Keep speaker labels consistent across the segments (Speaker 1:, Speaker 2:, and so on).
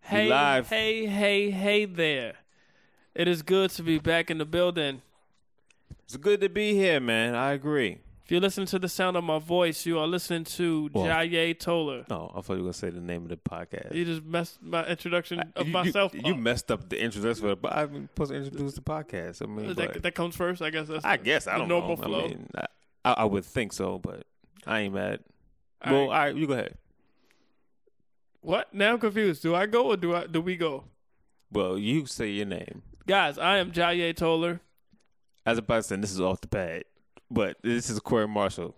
Speaker 1: Hey,
Speaker 2: live.
Speaker 1: hey, hey, hey there. It is good to be back in the building.
Speaker 2: It's good to be here, man. I agree.
Speaker 1: If you listen to the sound of my voice, you are listening to
Speaker 2: Well-
Speaker 1: Jaye Toller.
Speaker 2: No, I thought you were gonna say the name of the podcast.
Speaker 1: You just messed my introduction of
Speaker 2: You- you-
Speaker 1: myself
Speaker 2: You,
Speaker 1: up.
Speaker 2: messed up the introduction for the. But I'm supposed to introduce the podcast. I mean, but
Speaker 1: that, that comes first, I guess. That's
Speaker 2: I guess I
Speaker 1: the
Speaker 2: don't
Speaker 1: normal
Speaker 2: know.
Speaker 1: flow.
Speaker 2: I, mean, I, I, I would think so, but I ain't mad.
Speaker 1: All
Speaker 2: well,
Speaker 1: right.
Speaker 2: all right, you go ahead.
Speaker 1: what? Now I'm confused. Do I go or do I do we go?
Speaker 2: Well, you say your name.
Speaker 1: Guys, I am Jaye Toller,
Speaker 2: As about to say, this is off the pad, but this is Corey Marshall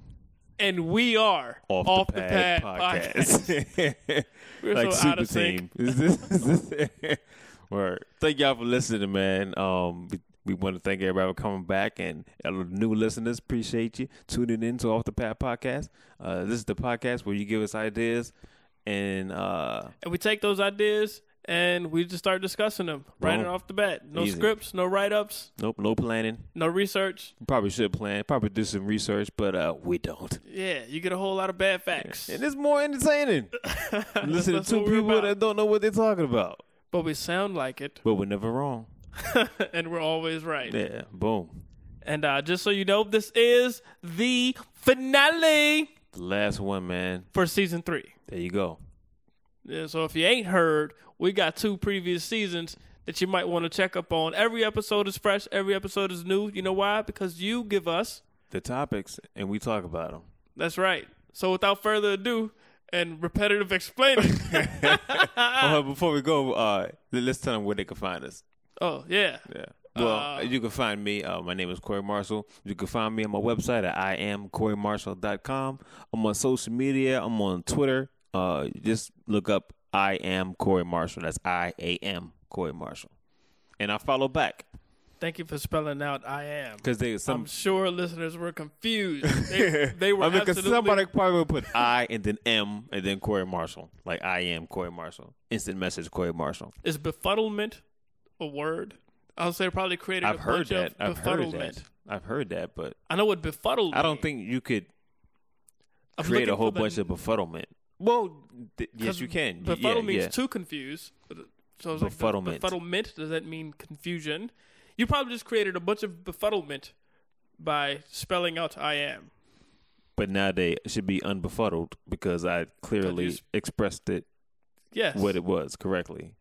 Speaker 1: and we are
Speaker 2: off, the, pad, podcast.
Speaker 1: We're
Speaker 2: like
Speaker 1: so
Speaker 2: super
Speaker 1: out of sync.
Speaker 2: team. Is this, is this Word. Thank y'all for listening, man. Um, we, we want to thank everybody for coming back and our new listeners. Appreciate you tuning in to Off the Pad podcast. Uh, this is the podcast where you give us ideas and uh,
Speaker 1: and we take those ideas and we just start discussing them right
Speaker 2: Boom.
Speaker 1: off the bat. No
Speaker 2: Easy.
Speaker 1: scripts, no write ups,
Speaker 2: nope, no planning.
Speaker 1: no research.
Speaker 2: We probably should plan. Probably do some research, but uh, we don't.
Speaker 1: Yeah, you get a whole lot of bad facts.
Speaker 2: And it's more entertaining. Listen to
Speaker 1: That's
Speaker 2: two
Speaker 1: what we're
Speaker 2: people
Speaker 1: about.
Speaker 2: that don't know what they're talking about,
Speaker 1: but we sound like it,
Speaker 2: but we're never wrong.
Speaker 1: and we're always right.
Speaker 2: Yeah, boom.
Speaker 1: And uh, just so you know, this is the finale
Speaker 2: The last one, man.
Speaker 1: for season three.
Speaker 2: There you go.
Speaker 1: Yeah, so if you ain't heard, we got two previous seasons that you might want to check up on. Every episode is fresh. Every episode is new. You know why? Because you give us.
Speaker 2: The topics, and we talk about them.
Speaker 1: That's right. So without further ado and repetitive explaining, Ah.
Speaker 2: Oh, before we go, uh, let- let's tell them where they can find us.
Speaker 1: oh yeah,
Speaker 2: Yeah. Well,
Speaker 1: Uh,
Speaker 2: you can find me. Uh, my name is Corey Marshall. You can find me on my website at iamcoreymarshall.com. I'm on social media. I'm on Twitter. Uh, just look up I am Corey Marshall. That's I A M Corey Marshall. And I follow back
Speaker 1: thank you for spelling out. I am.
Speaker 2: because they some.
Speaker 1: I'm sure listeners were confused. They, they were
Speaker 2: I mean, 'cause
Speaker 1: absolutely
Speaker 2: somebody probably would put I and then M and then Corey Marshall. Like I am Corey Marshall. Instant message Corey Marshall.
Speaker 1: is befuddlement a word? I would say probably created. a
Speaker 2: I've
Speaker 1: bunch
Speaker 2: heard that.
Speaker 1: of
Speaker 2: I've heard
Speaker 1: befuddlement.
Speaker 2: that. I've heard that, but
Speaker 1: I know what befuddled.
Speaker 2: I don't
Speaker 1: means.
Speaker 2: think you could
Speaker 1: I was
Speaker 2: create
Speaker 1: looking
Speaker 2: a whole
Speaker 1: for the-
Speaker 2: bunch of befuddlement. Well, th- yes,
Speaker 1: 'cause
Speaker 2: you can. Y-
Speaker 1: Befuddle
Speaker 2: yeah,
Speaker 1: means
Speaker 2: yeah.
Speaker 1: too confused. uh, So I was like,
Speaker 2: Befuddlement.
Speaker 1: befuddlement does that mean confusion? You probably just created a bunch of befuddlement by spelling out "I am."
Speaker 2: But now they should be unbefuddled because I clearly
Speaker 1: s-
Speaker 2: expressed it
Speaker 1: Yes.
Speaker 2: what it was correctly.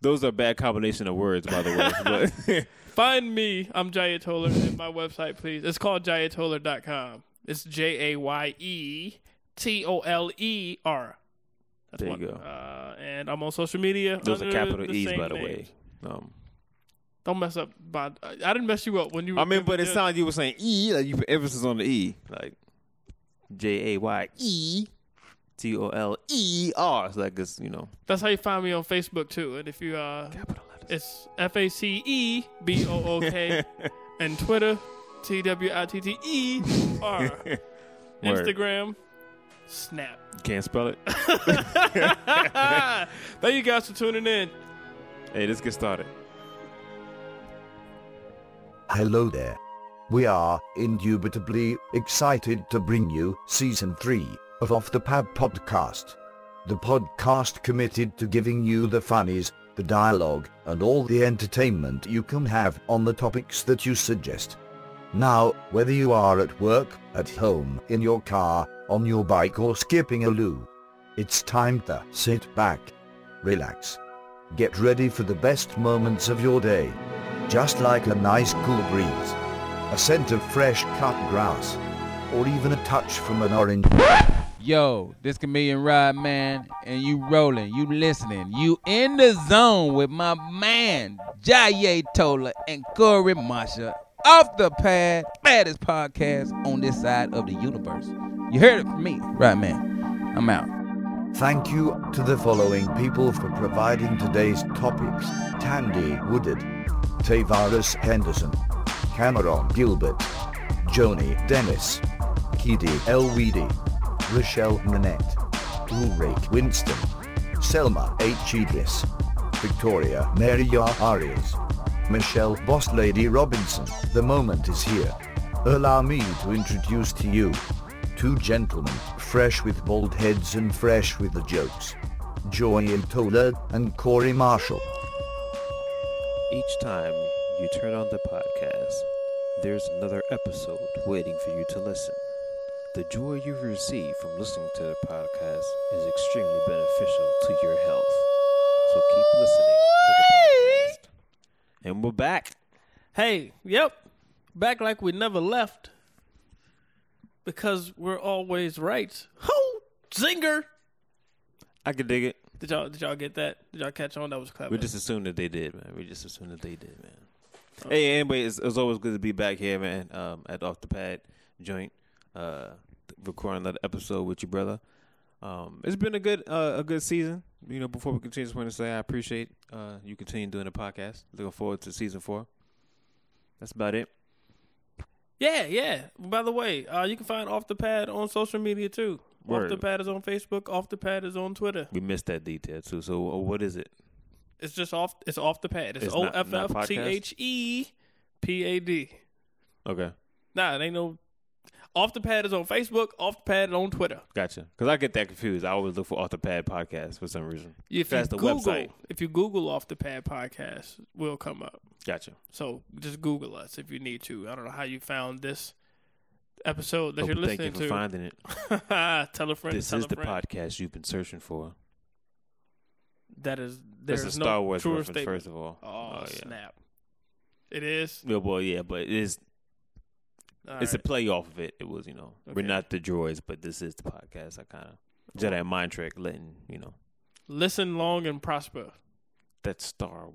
Speaker 2: Those are bad combination of words, by the way.
Speaker 1: Find me. I'm Jaya Toller at my website, please. It's called jayatoller.com. It's J A Y E T O L E R. That's
Speaker 2: There you
Speaker 1: one.
Speaker 2: go.
Speaker 1: Uh, and I'm on social media.
Speaker 2: But those are
Speaker 1: under
Speaker 2: capital
Speaker 1: the
Speaker 2: E's,
Speaker 1: same
Speaker 2: by the
Speaker 1: name.
Speaker 2: way. Um,
Speaker 1: Don't mess up. By, I I didn't mess you up when you.
Speaker 2: I
Speaker 1: were
Speaker 2: mean, but it
Speaker 1: just-
Speaker 2: sounded you were saying E, like you put emphasis on the E, like J A Y E T O L E R. It's like it's you know
Speaker 1: That's how you find me on Facebook too. And if you uh,
Speaker 2: capital letters.
Speaker 1: It's F A C E B O O K and Twitter T W I T T E R
Speaker 2: Word.
Speaker 1: Instagram Snap.
Speaker 2: Can't spell it.
Speaker 1: Thank you guys for tuning in.
Speaker 2: hey, let's get started.
Speaker 3: Hello there. We are indubitably excited to bring you season 3 of Off the Pad podcast. The podcast committed to giving you the funnies, the dialogue, and all the entertainment you can have on the topics that you suggest. Now, whether you are at work, at home, in your car, on your bike or skipping a loo, it's time to sit back, relax, get ready for the best moments of your day just like a nice cool breeze, a scent of fresh cut grass, or even a touch from an orange.
Speaker 4: Yo, this comedian Rod Man, and you rolling, you listening, you in the zone with my man Jaye Tola and Corey Masha off the pad, baddest podcast on this side of the universe. You heard it from me, Rod Man. I'm out.
Speaker 3: Thank you to the following people for providing today's topics. Tandy Woodard, Tavares Henderson, Cameron Gilbert, Joni Dennis, Kidi Elweedy, Rochelle Manette, Ulrich Winston, Selma H. Idris, Victoria Maria Arias, Michelle Boss Lady Robinson. The moment is here. Allow me to introduce to you Two gentlemen, fresh with bald heads and fresh with the jokes. Joy Tola, and Corey Marshall.
Speaker 2: Each time you turn on the podcast, there's another episode waiting for you to listen. The joy you receive from listening to the podcast is extremely beneficial to your health. So keep listening to the podcast. And we're back.
Speaker 1: Hey, yep. Back like we never left. Because we're always right. Ho! Zinger!
Speaker 2: I can dig it.
Speaker 1: Did y'all did y'all get that? Did y'all catch on? That was clever.
Speaker 2: We just assumed that they did, man. We just assumed that they did, man. Hey, anyway, it's, it's always good to be back here, man. Um, at off the pad joint, uh, recording another episode with your brother. Um, it's been a good uh, a good season. You know, before we continue, just want to say I appreciate uh, you continue doing the podcast. Looking forward to season four. That's about it.
Speaker 1: Yeah, yeah. By the way, uh, you can find Off the Pad on social media too. Off
Speaker 2: Word.
Speaker 1: the Pad is on Facebook. Off the Pad is on Twitter.
Speaker 2: We missed that detail too. So, uh, what is it?
Speaker 1: It's just off. It's off the pad. It's
Speaker 2: It's
Speaker 1: O
Speaker 2: not-
Speaker 1: F
Speaker 2: not
Speaker 1: F
Speaker 2: podcast?
Speaker 1: T H E P A D.
Speaker 2: Okay,
Speaker 1: Nah, it ain't no. Off the pad is on Facebook. Off the pad is on Twitter.
Speaker 2: gotcha. Because I get that confused. I always look for off the pad podcast for some reason.
Speaker 1: If
Speaker 2: That's
Speaker 1: you
Speaker 2: the
Speaker 1: Google,
Speaker 2: website.
Speaker 1: if you Google off the pad podcast, will come up.
Speaker 2: Gotcha.
Speaker 1: So just Google us if you need to. I don't know how you found this episode that
Speaker 2: Hope
Speaker 1: you're
Speaker 2: you thank you
Speaker 1: listening
Speaker 2: for
Speaker 1: to.
Speaker 2: finding it.
Speaker 1: tell a friend.
Speaker 2: this
Speaker 1: tell
Speaker 2: is
Speaker 1: a
Speaker 2: the
Speaker 1: friend.
Speaker 2: podcast you've been searching for.
Speaker 1: That is
Speaker 2: That's
Speaker 1: there's
Speaker 2: a
Speaker 1: no
Speaker 2: Star Wars
Speaker 1: truer
Speaker 2: reference,
Speaker 1: statement.
Speaker 2: first of all.
Speaker 1: Oh,
Speaker 2: yeah.
Speaker 1: snap! It is.
Speaker 2: Yeah, well, yeah, but it is,
Speaker 1: All
Speaker 2: it's
Speaker 1: right.
Speaker 2: a play off of it. It was, you know,
Speaker 1: Okay.
Speaker 2: we're not the droids, but this is the podcast. I kind of Jedi mind trick, letting you know
Speaker 1: listen long and prosper.
Speaker 2: that Star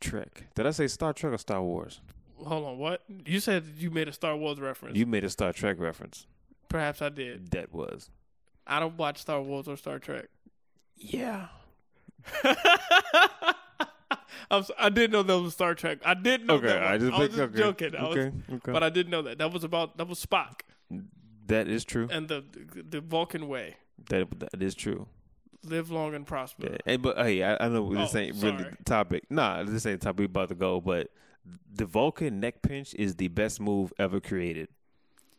Speaker 2: Trek. Did I say Star Trek or Star Wars?
Speaker 1: Hold on, what you said? You made a Star Wars reference.
Speaker 2: You made a Star Trek reference.
Speaker 1: Perhaps I did.
Speaker 2: That was
Speaker 1: I don't watch Star Wars or Star Trek.
Speaker 2: yeah.
Speaker 1: I'm so- I did know that was Star Trek. I did know
Speaker 2: Okay,
Speaker 1: that.
Speaker 2: I
Speaker 1: was-
Speaker 2: just
Speaker 1: I was
Speaker 2: picked-
Speaker 1: just
Speaker 2: okay,
Speaker 1: joking. I was-
Speaker 2: okay, okay.
Speaker 1: But I did know that. That was about that was Spock
Speaker 2: That is true.
Speaker 1: and the the Vulcan way.
Speaker 2: That that is true.
Speaker 1: Live long and prosper.
Speaker 2: Yeah. Hey, Eh, but hey, I, I know this
Speaker 1: Oh,
Speaker 2: ain't really
Speaker 1: sorry.
Speaker 2: the topic. Nah, this ain't the topic we about to go. But the Vulcan neck pinch is the best move ever created.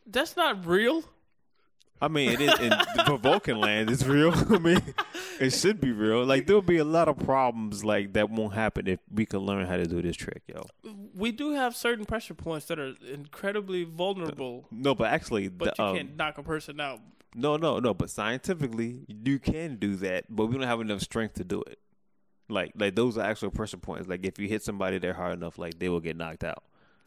Speaker 1: That's not real.
Speaker 2: I mean, it is in for Vulcan land. It's real. I mean, it should be real. Like there'll be a lot of problems like that won't happen if we can learn how to do this trick, yo.
Speaker 1: We do have certain pressure points that are incredibly vulnerable,
Speaker 2: No, but actually,
Speaker 1: but
Speaker 2: the,
Speaker 1: you
Speaker 2: um,
Speaker 1: can't knock a person out.
Speaker 2: no, no, no. But scientifically, you can do that, but we don't have enough strength to do it. Like, like those are actual pressure points. Like if you hit somebody there hard enough, like they will get knocked out.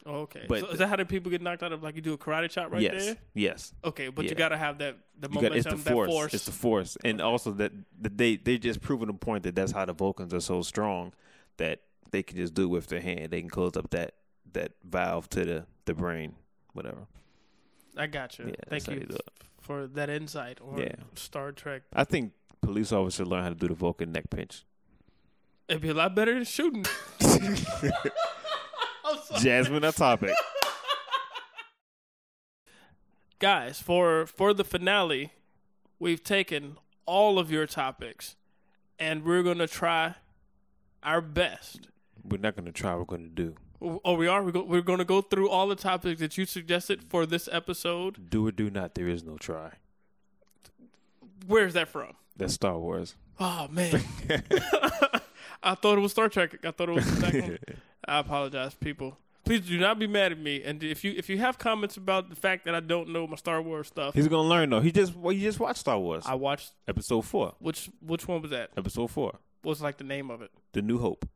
Speaker 1: Oh, okay.
Speaker 2: But
Speaker 1: so is that how do people get knocked out of like you do a karate chop right
Speaker 2: yes,
Speaker 1: there?
Speaker 2: yes.
Speaker 1: Okay, but
Speaker 2: Yeah.
Speaker 1: you gotta have that the
Speaker 2: You got,
Speaker 1: momentum,
Speaker 2: it's the
Speaker 1: that
Speaker 2: force.
Speaker 1: force.
Speaker 2: It's the force, and also that, that they they just proven a point that that's how the Vulcans are so strong that they can just do it with their hand. They can close up that that valve to the the brain, whatever.
Speaker 1: I got you.
Speaker 2: Yeah, that's
Speaker 1: Thank
Speaker 2: how
Speaker 1: you,
Speaker 2: you do it.
Speaker 1: f- for that insight on
Speaker 2: Yeah.
Speaker 1: Star Trek.
Speaker 2: I think police officers learn how to do the Vulcan neck pinch.
Speaker 1: It'd be a lot better than shooting.
Speaker 2: Jasmine, a topic.
Speaker 1: Guys, for for the finale, we've taken all of your topics and we're gonna try our best.
Speaker 2: We're not gonna try. We're gonna do.
Speaker 1: Oh, we are. We're, go- we're going to go through all the topics that you suggested for this episode.
Speaker 2: Do or do not. There is no try.
Speaker 1: Where's that from?
Speaker 2: That's Star Wars.
Speaker 1: Oh man, I thought it was Star Trek. I thought it was that one. I apologize, people. Please do not be mad at me. And if you if you have comments about the fact that I don't know my Star Wars stuff,
Speaker 2: He's gonna learn though. He just well, you just watched Star Wars.
Speaker 1: I watched
Speaker 2: Episode four.
Speaker 1: which which one was that?
Speaker 2: Episode four.
Speaker 1: What's like the name of it?
Speaker 2: The New Hope.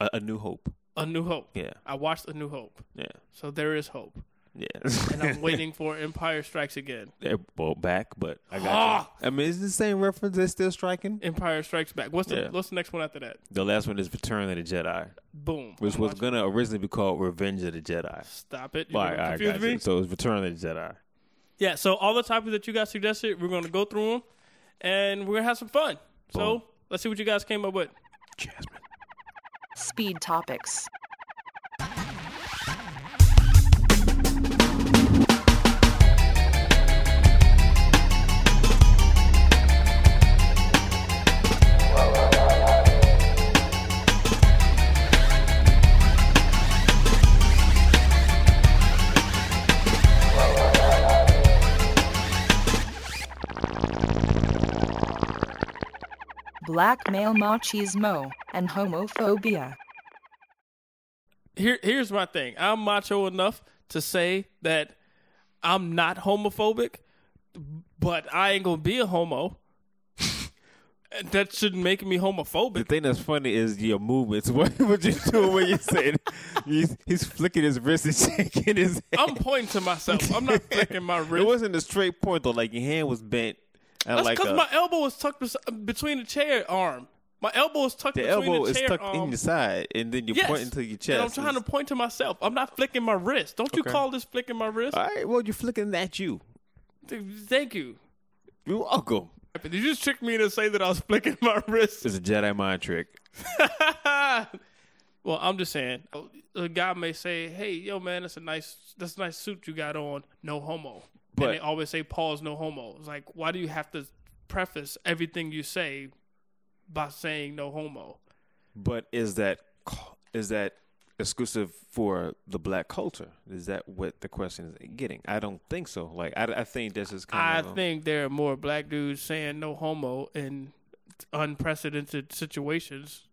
Speaker 2: A, a New Hope.
Speaker 1: A New Hope.
Speaker 2: Yeah.
Speaker 1: I watched A New Hope,
Speaker 2: Yeah.
Speaker 1: so there is hope.
Speaker 2: Yeah.
Speaker 1: And I'm waiting for Empire Strikes Again.
Speaker 2: They're both eh, back, but I got you. I mean, it's the same reference. They're still striking.
Speaker 1: Empire Strikes Back. What's the
Speaker 2: Yeah.
Speaker 1: what's the next one after that?
Speaker 2: The last one is Return of the Jedi,
Speaker 1: Boom.
Speaker 2: which
Speaker 1: I'm
Speaker 2: was
Speaker 1: watching-
Speaker 2: going to originally be called Revenge of the Jedi.
Speaker 1: Stop it!
Speaker 2: All
Speaker 1: You're
Speaker 2: right, all
Speaker 1: gonna
Speaker 2: right,
Speaker 1: confuse
Speaker 2: gotcha.
Speaker 1: me.
Speaker 2: So it's Return of the Jedi.
Speaker 1: Yeah, so all the topics that you guys suggested, we're going to go through them and we're going to have some fun.
Speaker 2: Boom.
Speaker 1: So let's see what you guys came up with.
Speaker 2: Jasmine.
Speaker 5: Speed topics. black male machismo, and homophobia.
Speaker 1: Here, here's my thing. I'm macho enough to say that I'm not homophobic, but I ain't gonna be a homo. And that shouldn't make me
Speaker 2: The
Speaker 1: homophobic.
Speaker 2: thing that's funny is your movements. What what you doing when you said he's, he's flicking his wrist and shaking his head.
Speaker 1: I'm pointing to myself. I'm not flicking my
Speaker 2: It
Speaker 1: wrist.
Speaker 2: wasn't a straight point though. Like your hand was bent. at
Speaker 1: That's
Speaker 2: like
Speaker 1: because
Speaker 2: a-
Speaker 1: my elbow is tucked bes- between the chair arm. My elbow is tucked
Speaker 2: the
Speaker 1: between
Speaker 2: elbow
Speaker 1: the
Speaker 2: is
Speaker 1: chair
Speaker 2: tucked
Speaker 1: arm.
Speaker 2: in your side, and then you're
Speaker 1: Yes.
Speaker 2: pointing to your
Speaker 1: And
Speaker 2: chest.
Speaker 1: I'm trying to point to myself. I'm not flicking my wrist. Don't you
Speaker 2: Okay.
Speaker 1: call this flicking my wrist?
Speaker 2: All right. Well, you're flicking at you.
Speaker 1: Th- Thank you.
Speaker 2: You're welcome.
Speaker 1: Did you just trick me to say that I was flicking my wrist?
Speaker 2: It's a Jedi mind trick.
Speaker 1: well, I'm just saying, a guy may say, "Hey, yo, man, that's a nice, that's a nice suit you got on. No homo."
Speaker 2: But-
Speaker 1: and they always say, "Pause, no homo." It's like, why do you have to preface everything you say by saying "no homo"?
Speaker 2: But is that cu- is that exclusive for the black culture? Is that what the question is getting? I don't think so. Like I, I think this is kind
Speaker 1: I
Speaker 2: of um,
Speaker 1: think there are more black dudes saying "no homo" in unprecedented situations.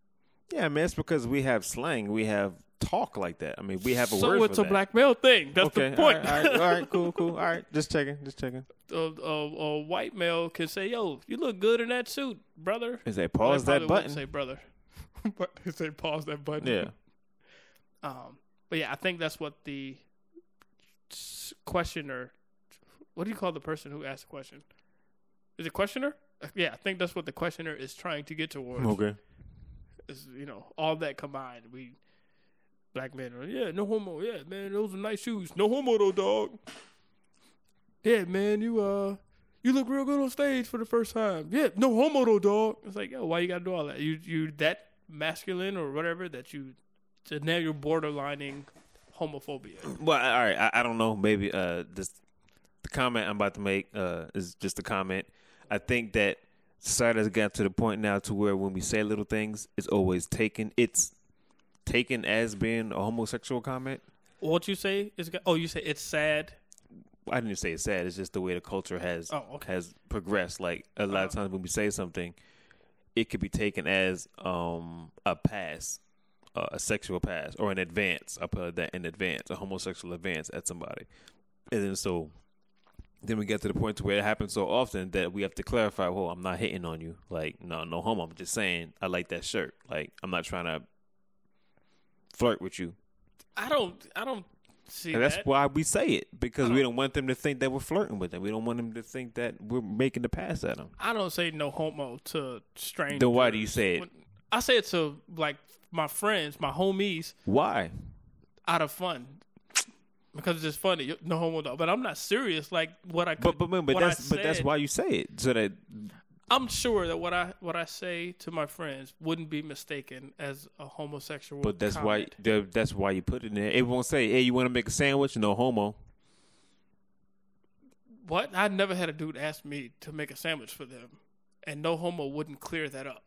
Speaker 2: yeah, man. It's because we have slang, we have talk like that. I mean, we have a
Speaker 1: so
Speaker 2: word
Speaker 1: it's
Speaker 2: for
Speaker 1: a
Speaker 2: that.
Speaker 1: black male thing. That's
Speaker 2: okay,
Speaker 1: the point.
Speaker 2: All right, all right, all right, cool, cool. All right, just checking, just checking.
Speaker 1: a, a, a white male can say, "Yo, you look good in that suit, brother."
Speaker 2: Is that
Speaker 1: Well,
Speaker 2: pause
Speaker 1: they
Speaker 2: that
Speaker 1: probably wouldn't
Speaker 2: button?
Speaker 1: Say brother. but they say pause that button.
Speaker 2: yeah,
Speaker 1: Um. But yeah, I think that's what the s- questioner. What do you call the person who asked the question? Is it questioner? Uh, Yeah, I think that's what the questioner is trying to get towards.
Speaker 2: okay.
Speaker 1: Is you know all that combined, we black men are yeah, no homo. Yeah, man, those are nice shoes. No homo though, dog. Yeah, man, you uh, you look real good on stage for the first time. Yeah, no homo though, dog. It's like yo, why you gotta do all that? You you that masculine or whatever that you. So now you're borderlining homophobia.
Speaker 2: Well, all right. I, I don't know. Maybe uh, this the comment I'm about to make uh, is just a comment. I think that society has got to the point now to where when we say little things, it's always taken. It's taken as being a homosexual comment.
Speaker 1: What you say is go- oh, you say it's sad.
Speaker 2: I didn't say it's sad. It's just the way the culture has
Speaker 1: Oh, okay. Uh-huh.
Speaker 2: has progressed. Like a lot of times when we say something, it could be taken as um, a pass, uh, a sexual pass, or an advance. I put that in advance, a homosexual advance at somebody, and then so then we get to the point to where it happens so often that we have to clarify. Well, I'm not hitting on you. Like no, no homo. I'm just saying I like that shirt. Like I'm not trying to flirt with you.
Speaker 1: I don't I don't see
Speaker 2: And that's
Speaker 1: that. Oh.
Speaker 2: why we say it because we don't want them to think that we're flirting with them. We don't want them to think that we're making the pass at them.
Speaker 1: I don't say no homo to strangers.
Speaker 2: Then why do you say it?
Speaker 1: When- I say it to like my friends, my homies,
Speaker 2: Why?
Speaker 1: out of fun. Because it's just funny, no homo though. But I'm not serious. Like what I
Speaker 2: But
Speaker 1: could,
Speaker 2: but but
Speaker 1: what I
Speaker 2: that's but that's
Speaker 1: said-
Speaker 2: why you say it so that
Speaker 1: I'm sure that what I what I say to my friends wouldn't be mistaken as a homosexual.
Speaker 2: but that's why
Speaker 1: comment.
Speaker 2: that- that's why you put it in there. It won't say, "Hey, you want to make a sandwich?" No homo.
Speaker 1: What? I never had a dude ask me to make a sandwich for them, and no homo wouldn't clear that up.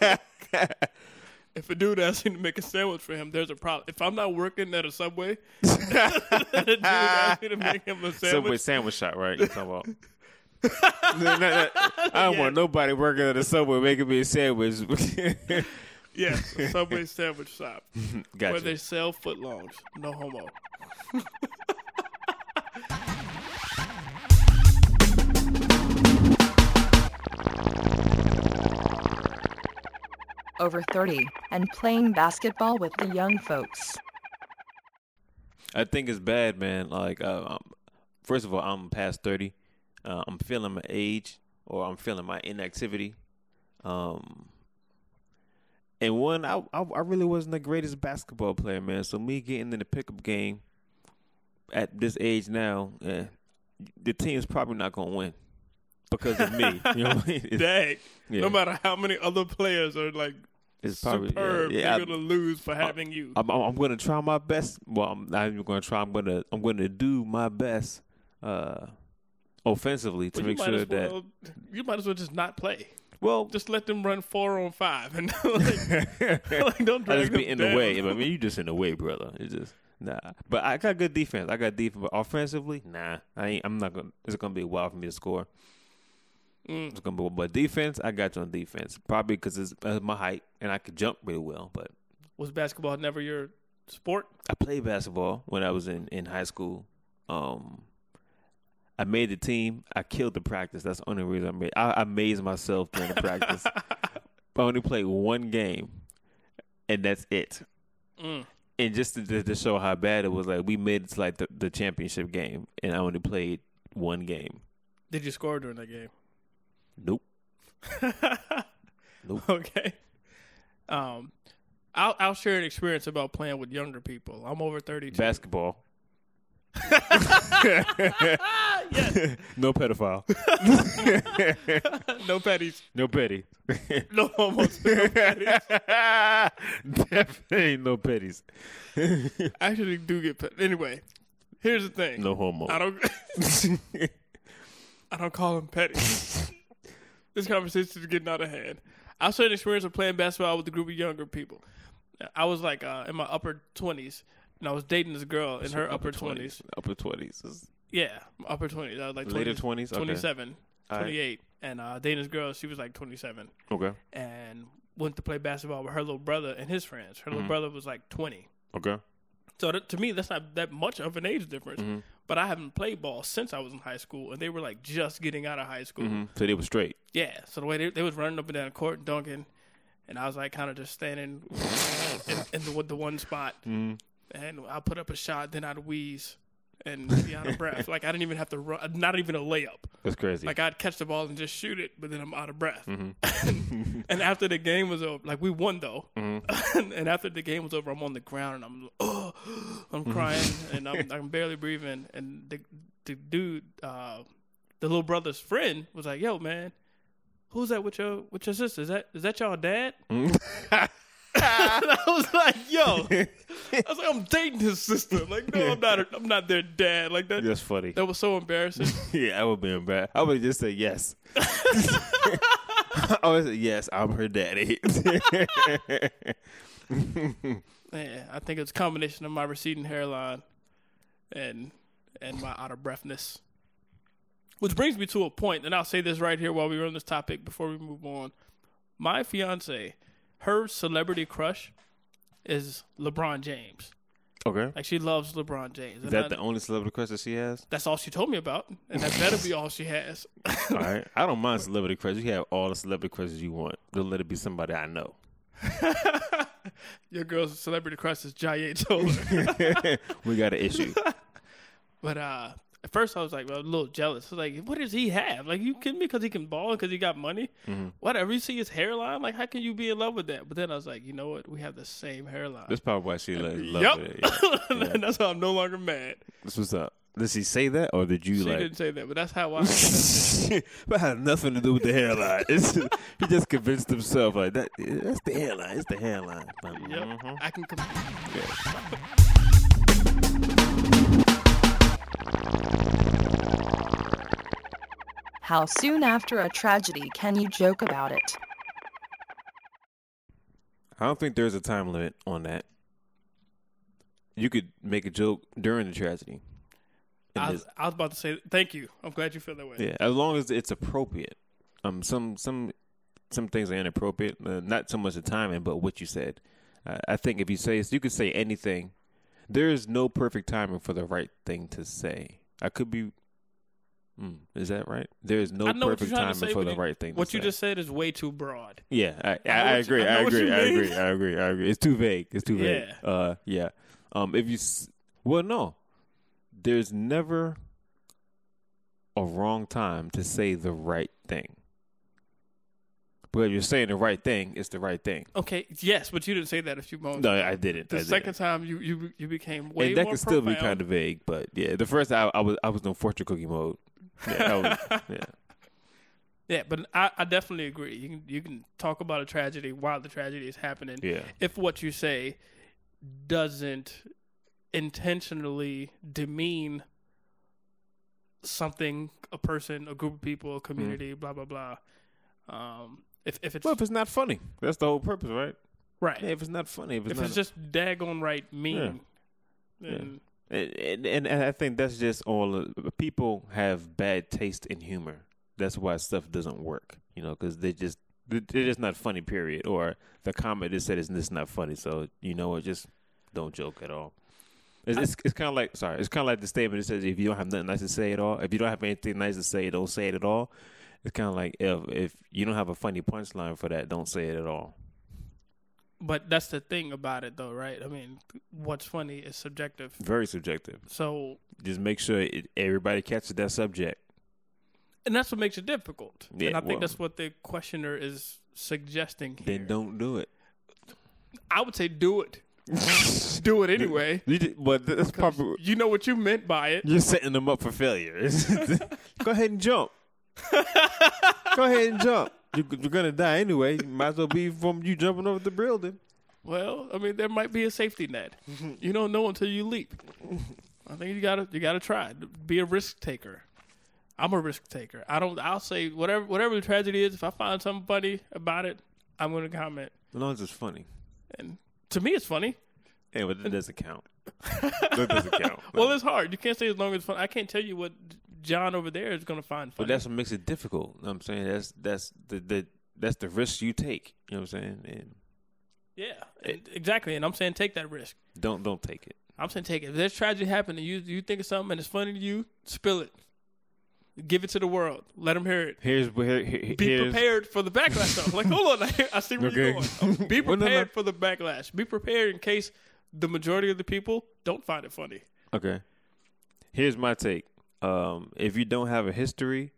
Speaker 1: if a dude asks me to make a sandwich for him, there's a problem. If I'm not working at a subway, and a dude asks me to make him a
Speaker 2: Subway
Speaker 1: sandwich.
Speaker 2: sandwich shop, right? You're talking about. No, no, no. I don't want nobody working at a subway making me a sandwich.
Speaker 1: Yes, a subway sandwich shop where they
Speaker 2: gotcha.
Speaker 1: sell footlongs. No homo.
Speaker 5: Over 30, and playing basketball with the young folks.
Speaker 2: I think it's bad, man. Like, uh, um, first of all, I'm past thirty. Uh, I'm feeling my age, or I'm feeling my inactivity. Um, and one, I, I I really wasn't the greatest basketball player, man. So me getting in the pickup game at this age now, eh, the team's probably not gonna win because of me. you know what I mean? It's,
Speaker 1: Dang.
Speaker 2: Yeah.
Speaker 1: No matter how many other players are like
Speaker 2: it's probably yeah,
Speaker 1: superb,
Speaker 2: yeah, I-
Speaker 1: they're gonna lose for having you.
Speaker 2: I'm, I'm, I'm going to try my best. Well, I'm not even going to try. I'm going to I'm going to do my best uh, offensively to
Speaker 1: Well, you
Speaker 2: make
Speaker 1: might
Speaker 2: sure
Speaker 1: as
Speaker 2: that.
Speaker 1: well- you might as well just not play.
Speaker 2: well, just,
Speaker 1: Just let them run four on five, and like, like don't
Speaker 2: I
Speaker 1: drag
Speaker 2: just
Speaker 1: them
Speaker 2: be in
Speaker 1: down.
Speaker 2: the way. I mean, you just in the way, brother. It's just nah. But I got good defense. I got defense, but offensively, nah. I ain't, I'm not going. to It's going to be a while for me to score.
Speaker 1: Mm.
Speaker 2: It's gonna be but defense. I got you on defense, probably because it's uh, my height and I could jump really well. But
Speaker 1: Was basketball never your sport?
Speaker 2: I played basketball when I was in in high school. Um, I made the team. I killed the practice. That's the only reason I made. I, I amazed myself during the practice. I only played one game, and that's it. And just to- to, to show how bad it was, like we made it to like the, the championship game, and I only played one game.
Speaker 1: Did you score during that game?
Speaker 2: Nope.
Speaker 1: okay. Um, I'll I'll share an experience about playing with younger people. I'm over 32.
Speaker 2: Basketball. no pedophile.
Speaker 1: no petties.
Speaker 2: No petty.
Speaker 1: No homos. No petties.
Speaker 2: Definitely no petties.
Speaker 1: I actually do get pet. Anyway, here's the thing.
Speaker 2: No homo.
Speaker 1: I don't. I don't call him petty. this conversation is getting out of hand. I started experience of playing basketball with a group of younger people. I was like uh, in my upper twenties, and I was dating this girl in her upper twenties.
Speaker 2: Upper twenties.
Speaker 1: Yeah, my upper twenties. I was like 20,
Speaker 2: Later 20s? Okay.
Speaker 1: 27,
Speaker 2: right.
Speaker 1: 28, and uh, dating this girl. She was like twenty seven,
Speaker 2: Okay.
Speaker 1: and went to play basketball with her little brother and his friends. Her little
Speaker 2: Mm-hmm.
Speaker 1: brother was like twenty.
Speaker 2: Okay.
Speaker 1: So that, to me, that's not that much of an age difference.
Speaker 2: Mm-hmm.
Speaker 1: But I haven't played ball since I was in high school, and they were like just getting out of high school.
Speaker 2: So they were straight.
Speaker 1: Yeah. So the way they, they was running up and down the court and dunking, and I was like kind of just standing in, in the, the one spot, and I put up a shot, then I'd wheeze and be out of breath. Like I didn't even have to run, not even a layup.
Speaker 2: That's crazy.
Speaker 1: Like I'd catch the ball and just shoot it, but then I'm out of breath. and after the game was over, like we won though. and after the game was over, I'm on the ground and I'm, oh, I'm crying and I'm, I'm barely breathing. And the the dude, uh, the little brother's friend, was like, "Yo, man, who's that with your with your sister? Is that is that y'all dad?" I was like, "Yo," I was like, "I'm dating his sister." Like, no, I'm not. I'm not their dad. Like that.
Speaker 2: That's funny.
Speaker 1: That was so embarrassing.
Speaker 2: yeah, I would be embarrassed. I would just say yes. I would say yes. I'm her daddy.
Speaker 1: Yeah, I think it's a combination of my receding hairline and and my out of breathness. Which brings me to a point, and I'll say this right here while we were on this topic before we move on. My fiance, her celebrity crush is LeBron James.
Speaker 2: okay.
Speaker 1: Like she loves LeBron James.
Speaker 2: Is
Speaker 1: And I-
Speaker 2: that the only celebrity crush that she has?
Speaker 1: that's all she told me about, and that better be all she has.
Speaker 2: All right. I don't mind celebrity crush. You have all the celebrity crushes you want. Just let it be somebody I know.
Speaker 1: Your girl's celebrity crush is Jaye Toller.
Speaker 2: We got an issue.
Speaker 1: But uh, at first I was like, well, a little jealous. I was like, what does he have? Like, you kidding me? Because he can ball, because he got money,
Speaker 2: Mm-hmm.
Speaker 1: whatever. You see his hairline, like, how can you be in love with that? But then I was like, you know what? We have the same hairline.
Speaker 2: That's probably why she like,
Speaker 1: Yup.
Speaker 2: loved it. Yeah.
Speaker 1: and that's how I'm no longer mad.
Speaker 2: That's what's up. Did she say that, or did you
Speaker 1: She
Speaker 2: like?
Speaker 1: didn't say that, but that's how I.
Speaker 2: but had nothing to do with the hairline. It's just, he just convinced himself like that. That's the hairline. It's the hairline.
Speaker 1: yep,
Speaker 2: Mm-hmm.
Speaker 1: I can. Com-
Speaker 5: How soon after a tragedy can you joke about it?
Speaker 2: I don't think there's a time limit on that. You could make a joke during the tragedy.
Speaker 1: I,
Speaker 2: And it's-
Speaker 1: was, I was about to say thank you. I'm glad you feel that way.
Speaker 2: yeah, as long as it's appropriate. Um, some some some things are inappropriate. Uh, not so much the timing, but what you said. I I think if you say you could say anything. There is no perfect timing for the right thing to say. I could be. Mm, is that right? There is no
Speaker 1: I know what you're
Speaker 2: perfect
Speaker 1: trying
Speaker 2: timing
Speaker 1: to say.
Speaker 2: for
Speaker 1: but
Speaker 2: the
Speaker 1: you-
Speaker 2: right thing.
Speaker 1: What
Speaker 2: to
Speaker 1: you
Speaker 2: say.
Speaker 1: just said is way too broad.
Speaker 2: Yeah, I,
Speaker 1: know
Speaker 2: I, I
Speaker 1: what you-
Speaker 2: agree.
Speaker 1: I
Speaker 2: I,
Speaker 1: know what
Speaker 2: agree.
Speaker 1: you
Speaker 2: I
Speaker 1: mean.
Speaker 2: agree. I agree. I agree. It's too vague. It's too vague.
Speaker 1: Yeah.
Speaker 2: Uh, yeah. Um, if you, s- well, no, there's never a wrong time to say the right thing. But if you're saying the right thing, it's the right thing.
Speaker 1: Okay, yes, but you didn't say that a few moments.
Speaker 2: No,
Speaker 1: ago.
Speaker 2: I didn't. I
Speaker 1: The
Speaker 2: didn't.
Speaker 1: second time you you you became way
Speaker 2: and that
Speaker 1: more
Speaker 2: could still be
Speaker 1: profound.
Speaker 2: kind of vague, but yeah, the first I, I was I was in fortune cookie mode. Yeah, I was, yeah.
Speaker 1: Yeah, but I, I definitely agree. You can you can talk about a tragedy while the tragedy is happening.
Speaker 2: Yeah.
Speaker 1: If what you say doesn't intentionally demean something, a person, a group of people, a community, blah blah blah. Um, if if it's
Speaker 2: Mm. Well, if it's not funny, that's the whole purpose, right?
Speaker 1: right,
Speaker 2: Yeah, if it's not funny, if it's
Speaker 1: if
Speaker 2: not
Speaker 1: it's just daggone right mean, then
Speaker 2: uh, And, and and I think that's just all. People have bad taste in humor. that's why stuff doesn't work. You know, because they just they're just not funny. Period. Or the comment just said it's just not funny. So you know what? Just don't joke at all. It's it's, it's kind of like sorry. It's kind of like the statement that says if you don't have nothing nice to say at all, if you don't have anything nice to say, don't say it at all. It's kind of like if if you don't have a funny punchline for that, don't say it at all.
Speaker 1: But that's the thing about it, though, right? I mean, what's funny is subjective.
Speaker 2: Very subjective.
Speaker 1: So,
Speaker 2: Just make sure it, everybody catches that subject.
Speaker 1: and that's what makes it difficult.
Speaker 2: Yeah,
Speaker 1: and I think
Speaker 2: well-
Speaker 1: that's what the questioner is suggesting here.
Speaker 2: Then don't do it.
Speaker 1: I would say do it. do it anyway.
Speaker 2: You did, but that's probably
Speaker 1: You know what you meant by it.
Speaker 2: You're setting them up for failure. Go ahead and jump. Go ahead and jump. You, you're gonna die anyway. Might as well be from you jumping over the building.
Speaker 1: Well, I mean, there might be a safety net. You don't know until you leap. I think you gotta you gotta try. Be a risk taker. I'm a risk taker. I don't. I'll say whatever whatever the tragedy is. If I find something funny about it, I'm gonna comment.
Speaker 2: As long as it's funny.
Speaker 1: And to me, it's funny.
Speaker 2: Yeah, but that doesn't count. That doesn't count.
Speaker 1: Well, it's hard. You can't say as long as it's fun. I can't tell you what John over there is gonna find funny.
Speaker 2: but that's what makes it difficult. You know what I'm saying that's that's the, the that's the risk you take. You know what I'm saying? And
Speaker 1: yeah, and- exactly. And I'm saying take that risk.
Speaker 2: don't don't take it.
Speaker 1: I'm saying take it. If there's tragedy happening, you you think of something and it's funny to you, spill it. Give it to the world. Let them hear it.
Speaker 2: Here's where here, here-
Speaker 1: be
Speaker 2: here's,
Speaker 1: prepared for the backlash. though. like, hold on, I see where you're
Speaker 2: Okay.
Speaker 1: going. Be
Speaker 2: Well,
Speaker 1: prepared
Speaker 2: no, no.
Speaker 1: for the backlash. Be prepared in case the majority of the people don't find it funny.
Speaker 2: Okay. Here's my take. Um, if you don't have a history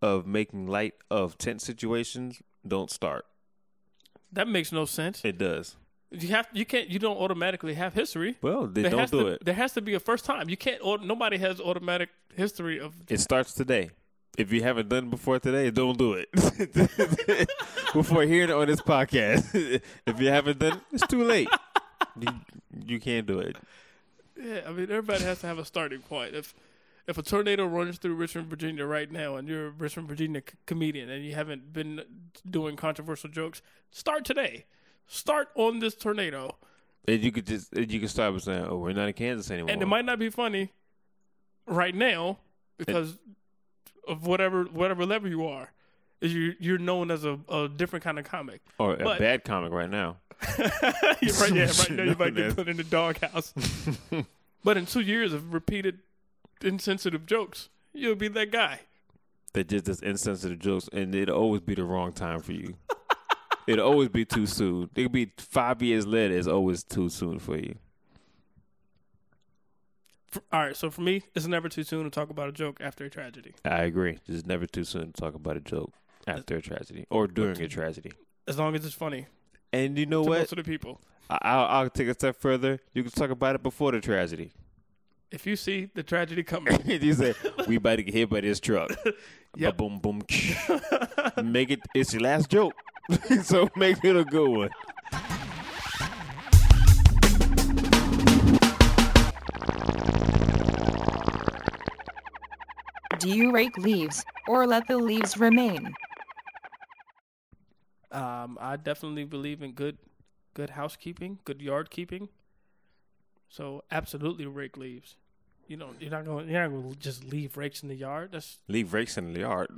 Speaker 2: of making light of tense situations, don't start.
Speaker 1: That makes no sense.
Speaker 2: It does.
Speaker 1: You have you can't you don't automatically have history.
Speaker 2: Well, they
Speaker 1: There
Speaker 2: don't
Speaker 1: has
Speaker 2: do
Speaker 1: to,
Speaker 2: it.
Speaker 1: There has to be a first time. You can't. au- Nobody has automatic history of.
Speaker 2: It starts today. If you haven't done it before today, don't do it. before hearing it on this podcast, if you haven't done it, it's too late. You, you can't do it.
Speaker 1: Yeah, I mean everybody has to have a starting point. If if a tornado runs through Richmond, Virginia right now, and you're a Richmond, Virginia c- comedian, and you haven't been doing controversial jokes, start today. Start on this tornado.
Speaker 2: And you could just and you could start by saying, "Oh, we're not in Kansas anymore."
Speaker 1: and it might not be funny right now because of whatever whatever level you are. Is you you're known as a, a different kind of comic.
Speaker 2: or a
Speaker 1: but-
Speaker 2: bad comic right now.
Speaker 1: You're right, yeah, right now you might
Speaker 2: Yes.
Speaker 1: get put in the doghouse. but in two years of repeated insensitive jokes, you'll be that guy.
Speaker 2: that just does insensitive jokes, and it'll always be the wrong time for you. it'll always be too soon. It could be five years later. It's always too soon for you.
Speaker 1: F all right, so for me, it's never too soon to talk about a joke after a tragedy,
Speaker 2: I agree. It's never too soon to talk about a joke after a tragedy or during a tragedy.
Speaker 1: as long as it's funny
Speaker 2: And you know
Speaker 1: to
Speaker 2: what?
Speaker 1: most of the people.
Speaker 2: I- I'll, I'll take a step further. You can talk about it before the tragedy.
Speaker 1: If you see the tragedy coming,
Speaker 2: you say we about to get hit by this truck.
Speaker 1: Yep.
Speaker 2: Boom boom. make it. It's your last joke, so make it a good one.
Speaker 5: Do you rake leaves or let the leaves remain?
Speaker 1: Um, I definitely believe in good, good housekeeping, good yard keeping. So absolutely rake leaves. You know, you're not going, to you're not going to just leave rakes in the yard. That's
Speaker 2: Leave rakes in the yard.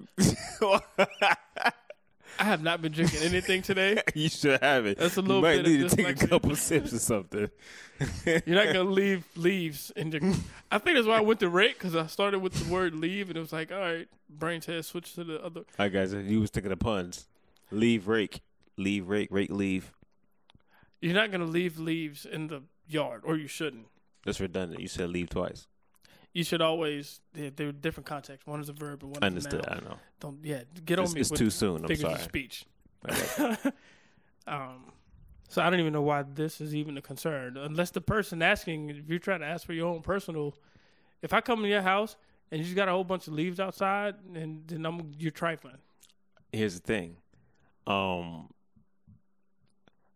Speaker 1: I have not been drinking anything today.
Speaker 2: you should have it.
Speaker 1: That's a
Speaker 2: you
Speaker 1: little
Speaker 2: might
Speaker 1: bit of
Speaker 2: need to take a
Speaker 1: dyslexia.
Speaker 2: couple sips or something.
Speaker 1: You're not going to leave leaves in your. I think that's why I went to rake because I started with the word leave and it was like, all right, brain test, switch to the other.
Speaker 2: All right, guys, you was thinking of puns. Leave rake, leave rake, rake leave.
Speaker 1: You're not going to leave leaves in the yard, or you shouldn't.
Speaker 2: That's redundant. You said leave twice.
Speaker 1: You should always. They're, they're different contexts. One is a verb, and one is a
Speaker 2: Understood.
Speaker 1: noun.
Speaker 2: I know.
Speaker 1: Don't yeah. Get on
Speaker 2: It's,
Speaker 1: me.
Speaker 2: it's
Speaker 1: with
Speaker 2: too soon. I'm
Speaker 1: figures
Speaker 2: sorry.
Speaker 1: of speech. um, so I don't even know why this is even a concern, unless the person asking, if you're trying to ask for your own personal, if I come to your house and you just got a whole bunch of leaves outside, and then I'm you're trifling.
Speaker 2: Here's the thing. Um,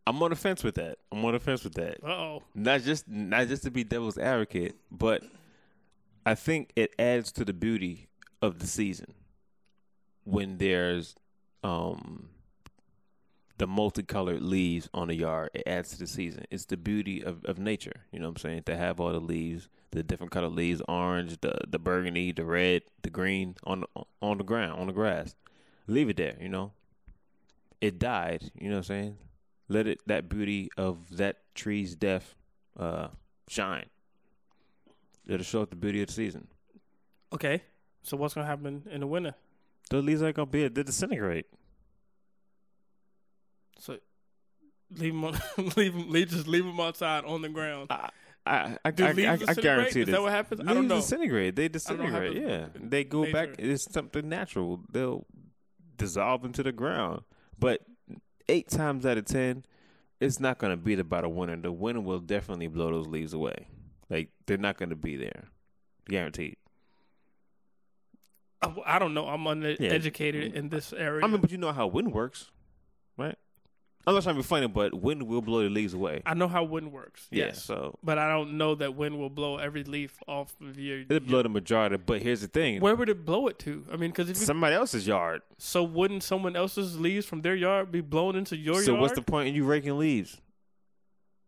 Speaker 2: I'm on the fence with that. I'm on the fence with that.
Speaker 1: Uh oh,
Speaker 2: Not just not just to be devil's advocate, but I think it adds to the beauty of the season when there's um the multicolored leaves on the yard. It adds to the season. It's the beauty of, of nature. You know what I'm saying? To have all the leaves, the different colored leaves, orange, the the burgundy, the red, the green on the, on the ground, on the grass. Leave it there, you know. It died, you know what I'm saying? Let it that beauty of that tree's death uh shine. It'll show up the beauty of the season.
Speaker 1: Okay. So what's gonna happen in the winter?
Speaker 2: The leaves ain't gonna be it. They disintegrate.
Speaker 1: So leave them on, leave them, leave, just leave them outside on the ground.
Speaker 2: I I,
Speaker 1: Do
Speaker 2: I,
Speaker 1: leaves
Speaker 2: I, I
Speaker 1: disintegrate?
Speaker 2: guarantee
Speaker 1: Is
Speaker 2: this.
Speaker 1: that what happens? I
Speaker 2: Leaves
Speaker 1: don't know.
Speaker 2: disintegrate. They
Speaker 1: don't know how
Speaker 2: disintegrate. Yeah,
Speaker 1: to-
Speaker 2: they go back.
Speaker 1: nature.
Speaker 2: It's something natural. They'll dissolve into the ground. But eight times out of ten, it's not going to be there by the winter. The winter will definitely blow those leaves away. Like they're not going to be there, guaranteed.
Speaker 1: I, I don't know. I'm uneducated
Speaker 2: Yeah. Mm.
Speaker 1: in this area.
Speaker 2: I mean, but you know how wind works, right? I'm not trying to be funny, but wind will blow the leaves away.
Speaker 1: I know how wind works.
Speaker 2: yeah,
Speaker 1: Yes.
Speaker 2: so
Speaker 1: But I don't know that wind will blow every leaf off of your.
Speaker 2: it'll blow the majority. But here's the thing:
Speaker 1: Where would it blow it to? I mean, because if you,
Speaker 2: somebody else's yard.
Speaker 1: so, wouldn't someone else's leaves from their yard be blown into your
Speaker 2: so
Speaker 1: yard?
Speaker 2: what's the point in you raking leaves?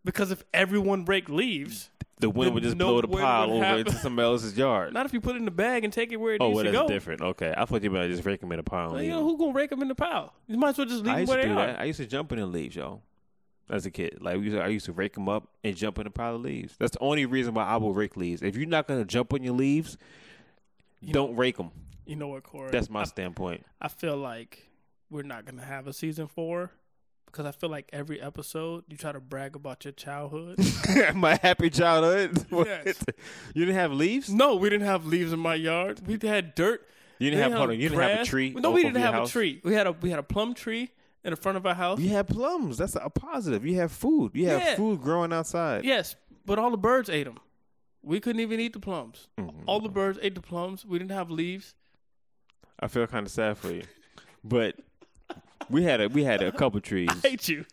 Speaker 1: because if everyone rake leaves,
Speaker 2: The wind
Speaker 1: Then
Speaker 2: would just
Speaker 1: no
Speaker 2: blow the
Speaker 1: wind
Speaker 2: pile
Speaker 1: would
Speaker 2: over
Speaker 1: happen.
Speaker 2: into somebody else's yard.
Speaker 1: not if you put it in the bag and take it where it
Speaker 2: oh,
Speaker 1: needs
Speaker 2: well,
Speaker 1: to
Speaker 2: that's
Speaker 1: go.
Speaker 2: different. Okay, I thought you meant just rake them in a pile. and
Speaker 1: Like,
Speaker 2: leave
Speaker 1: you know,
Speaker 2: them.
Speaker 1: who gonna rake them in the pile? You might as well just leave
Speaker 2: I
Speaker 1: them
Speaker 2: used to
Speaker 1: where they
Speaker 2: do
Speaker 1: are.
Speaker 2: that. I used to jump in the leaves, y'all. As a kid, like we used to, I used to rake them up and jump in a pile of leaves. That's the only reason why I will rake leaves. If you're not gonna jump on your leaves, don't rake them.
Speaker 1: You know what, Corey?
Speaker 2: That's my
Speaker 1: I,
Speaker 2: standpoint.
Speaker 1: I feel like we're not gonna have a season four because I feel like every episode you try to brag about your childhood.
Speaker 2: my happy childhood. What?
Speaker 1: Yes.
Speaker 2: you didn't have leaves.
Speaker 1: no, we didn't have leaves in my yard. We had dirt.
Speaker 2: You
Speaker 1: We
Speaker 2: didn't have. Hold on. You didn't have a
Speaker 1: grass.
Speaker 2: tree.
Speaker 1: No,
Speaker 2: o-
Speaker 1: we
Speaker 2: over
Speaker 1: didn't
Speaker 2: your
Speaker 1: have
Speaker 2: house?
Speaker 1: a tree. We had a we had a plum tree in the front of our house.
Speaker 2: You had plums. That's a positive. You had food. You had
Speaker 1: Yeah.
Speaker 2: food growing outside.
Speaker 1: Yes, but all the birds ate them. We couldn't even eat the plums.
Speaker 2: Mm-hmm.
Speaker 1: All the birds ate the plums. We didn't have leaves.
Speaker 2: I feel kind of sad for you, but we had a we had a couple trees.
Speaker 1: Hate you.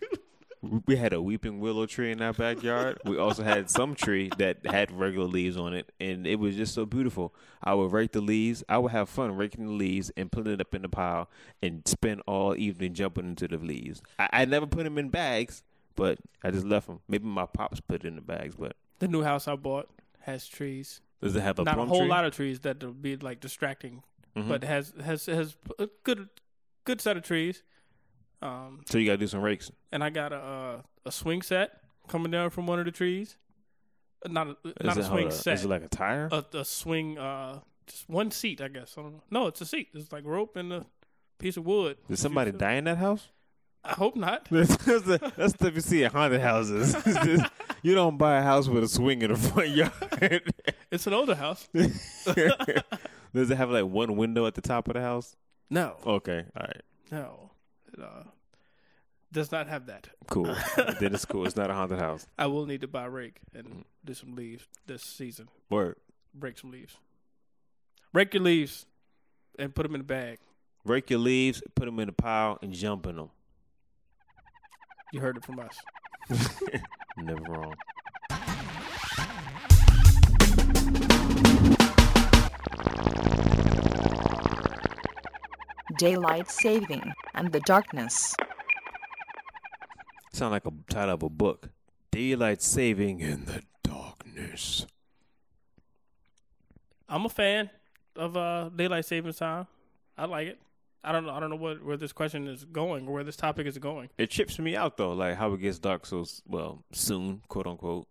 Speaker 2: We had a weeping willow tree in our backyard. We also had some tree that had regular leaves on it, and it was just so beautiful. I would rake the leaves. I would have fun raking the leaves and putting it up in the pile, and spend all evening jumping into the leaves. I, I never put them in bags, but I just left them. Maybe my pops put it in the bags, but
Speaker 1: the new house I bought has trees.
Speaker 2: does it have a
Speaker 1: Not a
Speaker 2: plum
Speaker 1: whole
Speaker 2: tree? Mm-hmm.
Speaker 1: lot of trees that would be like distracting, but has has has a good good set of trees. Um,
Speaker 2: so you gotta do some rakes.
Speaker 1: and I got a uh, a swing set coming down from one of the trees. Uh, Not a,
Speaker 2: Is
Speaker 1: not
Speaker 2: it,
Speaker 1: a swing
Speaker 2: hold on,
Speaker 1: set.
Speaker 2: Is it like a tire?
Speaker 1: a, a swing, uh, just one seat, I guess. I don't know. No, it's a seat. It's like rope and a piece of wood.
Speaker 2: Did somebody die in that house?
Speaker 1: I hope not.
Speaker 2: That's, that's, the, that's stuff you see at haunted houses. you don't buy a house with a swing in the front yard.
Speaker 1: It's an older house.
Speaker 2: Does it have like one window at the top of the house?
Speaker 1: No,
Speaker 2: Okay, all right,
Speaker 1: no, it uh, does not have that.
Speaker 2: cool. then it's cool. It's not a haunted house.
Speaker 1: I will need to buy rake
Speaker 2: Mm.
Speaker 1: and do some leaves this season.
Speaker 2: Word.
Speaker 1: Break some leaves. Rake your leaves and put them in a bag.
Speaker 2: Rake your leaves, put them in a pile, and jump in them.
Speaker 1: You heard it from us.
Speaker 2: Never wrong.
Speaker 5: Daylight saving and the darkness.
Speaker 2: Sound like a title of a book. Daylight saving in the darkness.
Speaker 1: I'm a fan of uh, daylight savings time. I like it. I don't know. I don't know what where this question is going or where this topic is going.
Speaker 2: It trips me out though, like how it gets dark so s- well soon, quote unquote.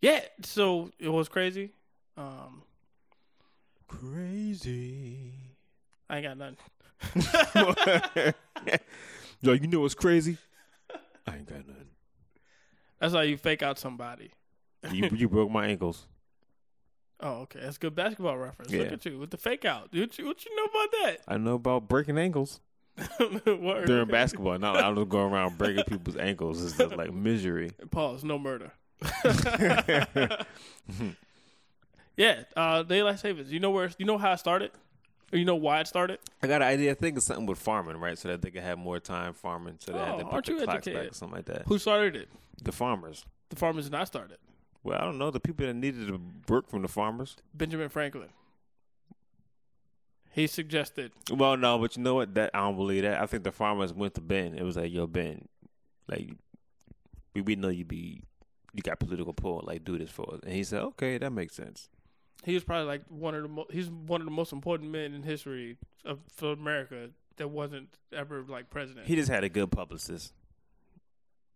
Speaker 1: Yeah. So it was crazy. Um,
Speaker 2: Crazy.
Speaker 1: I ain't got nothing.
Speaker 2: Yo, you know what's crazy? I ain't got nothing.
Speaker 1: That's how you fake out somebody.
Speaker 2: You, you broke my ankles.
Speaker 1: Oh, okay. That's a good basketball reference.
Speaker 2: Yeah.
Speaker 1: Look at you with the fake out. What you, what you know about that?
Speaker 2: I know about breaking ankles
Speaker 1: Word.
Speaker 2: during basketball. Not like I'm just going around breaking people's ankles. It's just like misery.
Speaker 1: Pause. No murder. yeah. Uh, daylight savings. You know where? You know how it started? Or you know why it started?
Speaker 2: I got an idea. I think it's something with farming, right? So that they could have more time farming. So they had
Speaker 1: Oh,
Speaker 2: to put
Speaker 1: aren't
Speaker 2: the
Speaker 1: you
Speaker 2: clocks back
Speaker 1: educated?
Speaker 2: or something like that.
Speaker 1: Who started it?
Speaker 2: The farmers.
Speaker 1: The farmers did not start it.
Speaker 2: Well, I don't know. The people that needed to work from the farmers.
Speaker 1: Benjamin Franklin. He suggested.
Speaker 2: Well, no, but you know what? That I don't believe that. I think the farmers went to Ben. It was like, yo, Ben, like we we know you be you got political pull. Like, do this for us. And he said, okay, that makes sense.
Speaker 1: He was probably like one of the mo- he's one of the most important men in history of for America that wasn't ever like president.
Speaker 2: He just had a good publicist.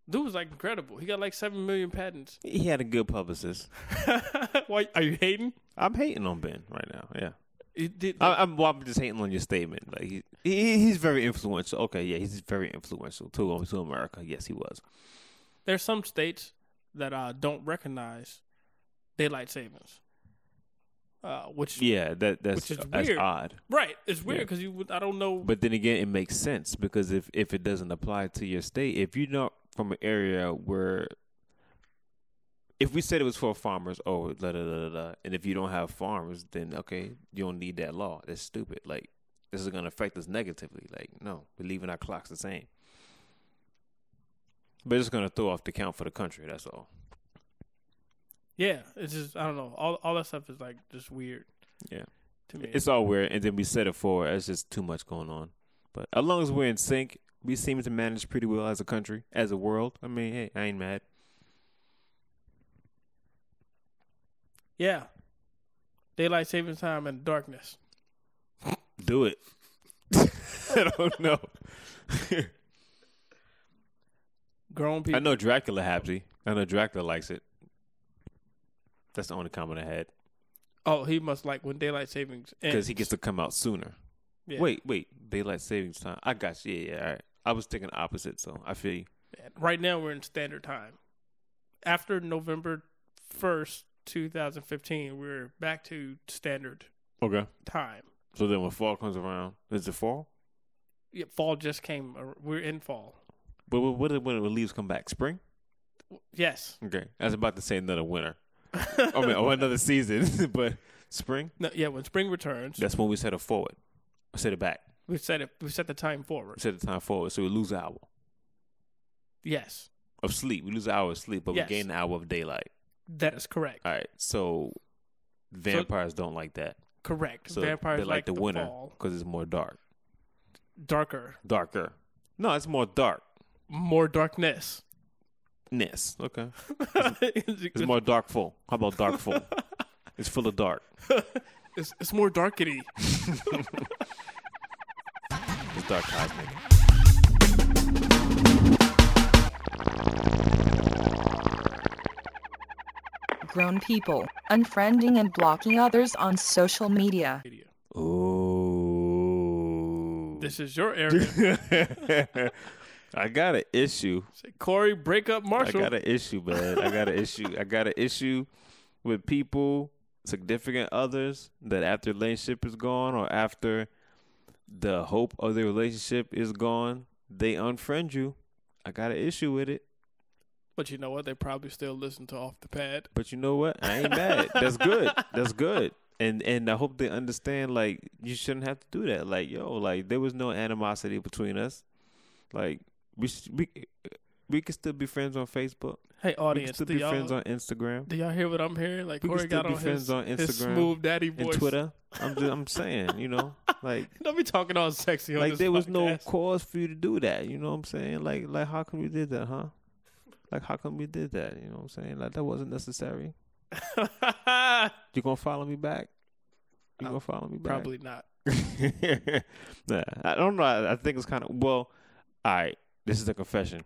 Speaker 1: Dude was like incredible. He got like seven million patents.
Speaker 2: He had a good publicist.
Speaker 1: Why are you hating?
Speaker 2: I'm hating on Ben right now. Yeah.
Speaker 1: He did-
Speaker 2: I, I'm, well, I'm just hating on your statement. Like he, he, he's very influential. Okay, yeah, he's very influential to to America. Yes, he was.
Speaker 1: there's some states that uh, don't recognize daylight savings, uh, which
Speaker 2: Yeah, that that's
Speaker 1: Which is
Speaker 2: that's
Speaker 1: weird.
Speaker 2: odd.
Speaker 1: right, it's weird
Speaker 2: Yeah.
Speaker 1: because you would- I don't know.
Speaker 2: But then again, it makes sense because if if it doesn't apply to your state, if you're not from an area where, if we said it was for farmers, oh, da da da da, da, and if you don't have farms, then okay, you don't need that law. That's stupid. Like this is gonna affect us negatively. Like no, we're leaving our clocks the same. But it's gonna throw off the count for the country. That's all.
Speaker 1: yeah, it's just I don't know. All all that stuff is like just weird
Speaker 2: Yeah.
Speaker 1: to me.
Speaker 2: It's all weird, and then we set it for It's just too much going on. But as long as we're in sync, we seem to manage pretty well as a country, as a world. I mean, hey, I ain't mad.
Speaker 1: yeah, daylight savings time and darkness.
Speaker 2: Do it. I don't know.
Speaker 1: Grown people.
Speaker 2: I know Dracula happy. I know Dracula likes it. That's the only comment I had
Speaker 1: Oh, he must like when daylight savings
Speaker 2: because
Speaker 1: ends.
Speaker 2: he gets to come out sooner.
Speaker 1: Yeah.
Speaker 2: Wait, wait, daylight savings time. I got you. Yeah, yeah. All right. I was thinking opposite, so I feel you.
Speaker 1: Right now we're in standard time. After November first, two thousand fifteen, we're back to standard
Speaker 2: Okay.
Speaker 1: time.
Speaker 2: So then when fall comes around, is it fall?
Speaker 1: Yeah, fall just came. ar- We're in fall.
Speaker 2: But what what- when the leaves come back? Spring.
Speaker 1: Yes.
Speaker 2: Okay, I was about to say another winter. I mean, or another season, but spring.
Speaker 1: No, yeah, when spring returns,
Speaker 2: That's when we set it forward. I set it back.
Speaker 1: we set it. We set the time forward.
Speaker 2: set the time forward, so we lose an hour
Speaker 1: Yes,
Speaker 2: of sleep. We lose an hour of sleep, but
Speaker 1: Yes.
Speaker 2: we gain an hour of daylight.
Speaker 1: that is correct.
Speaker 2: All right, so vampires don't like that.
Speaker 1: correct.
Speaker 2: So
Speaker 1: Vampires
Speaker 2: they
Speaker 1: like, the,
Speaker 2: winter
Speaker 1: fall,
Speaker 2: because it's more dark,
Speaker 1: darker,
Speaker 2: darker. No, it's more darkness.
Speaker 1: more darkness.
Speaker 2: Okay, it's
Speaker 1: it's,
Speaker 2: more darkful. How about darkful? it's full of dark.
Speaker 1: it's, it's more darkety.
Speaker 2: It's dark cosmic.
Speaker 5: Grown people unfriending and blocking others on social media.
Speaker 2: Oh,
Speaker 1: This is your area.
Speaker 2: I got an issue.
Speaker 1: Say, Corey, break up
Speaker 2: I
Speaker 1: Marshall.
Speaker 2: got an issue, man. I got an issue. I got an issue with people, significant others, that after relationship is gone or after the hope of the relationship is gone, they unfriend you. I got an issue with it.
Speaker 1: But you know what? They probably still listen to off the pad.
Speaker 2: But you know what? I ain't mad. That's good. That's good. And and I hope they understand like you shouldn't have to do that. Like yo, like there was no animosity between us. Like we sh- we we can still be friends on Facebook.
Speaker 1: Hey,
Speaker 2: We can
Speaker 1: audience,
Speaker 2: still
Speaker 1: do
Speaker 2: be
Speaker 1: y'all,
Speaker 2: friends on Instagram.
Speaker 1: do y'all hear what I'm hearing? Like
Speaker 2: We can
Speaker 1: Corey
Speaker 2: still
Speaker 1: got
Speaker 2: be
Speaker 1: on
Speaker 2: friends
Speaker 1: his,
Speaker 2: on
Speaker 1: his
Speaker 2: Instagram
Speaker 1: smooth daddy voice.
Speaker 2: and Twitter. I'm just, I'm saying, you know, like
Speaker 1: Don't be talking all sexy on
Speaker 2: like
Speaker 1: this
Speaker 2: there was no
Speaker 1: podcast.
Speaker 2: cause for you to do that. You know what I'm saying? Like like how come you did that, huh? Like how come you did that? You know what I'm saying? Like that wasn't necessary. You gonna follow me back? You
Speaker 1: Uh,
Speaker 2: gonna follow me back?
Speaker 1: Probably not.
Speaker 2: nah, I don't know. I, I think it's kind of well. All right, this is a confession.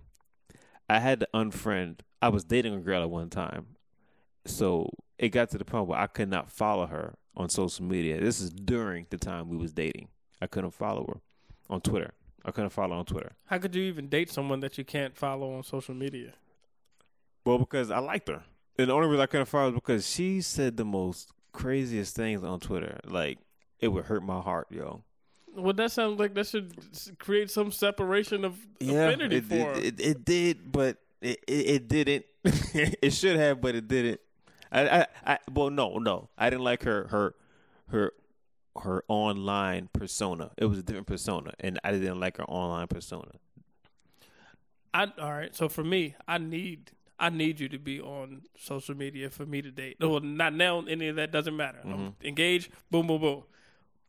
Speaker 2: I had to unfriend. I was dating a girl at one time, so it got to the point where I could not follow her on social media. This is during the time we was dating. I couldn't follow her on Twitter. I couldn't follow her on Twitter.
Speaker 1: How could you even date someone that you can't follow on social media?
Speaker 2: Well, because I liked her. And the only reason I couldn't follow is because she said the most craziest things on Twitter. Like it would hurt my heart, yo.
Speaker 1: Well, that sounds like that should s- create some separation of affinity
Speaker 2: it,
Speaker 1: for.
Speaker 2: It, it, it did, but it, it, it didn't. it should have, but it didn't. I, I, I, well, no, no, I didn't like her, her, her, her online persona. It was a different persona, and I didn't like her online persona.
Speaker 1: I all right. So for me, I need I need you to be on social media for me to date. Well, not now. Any of that doesnage matter. I'm engaged. Boom, boom, boom.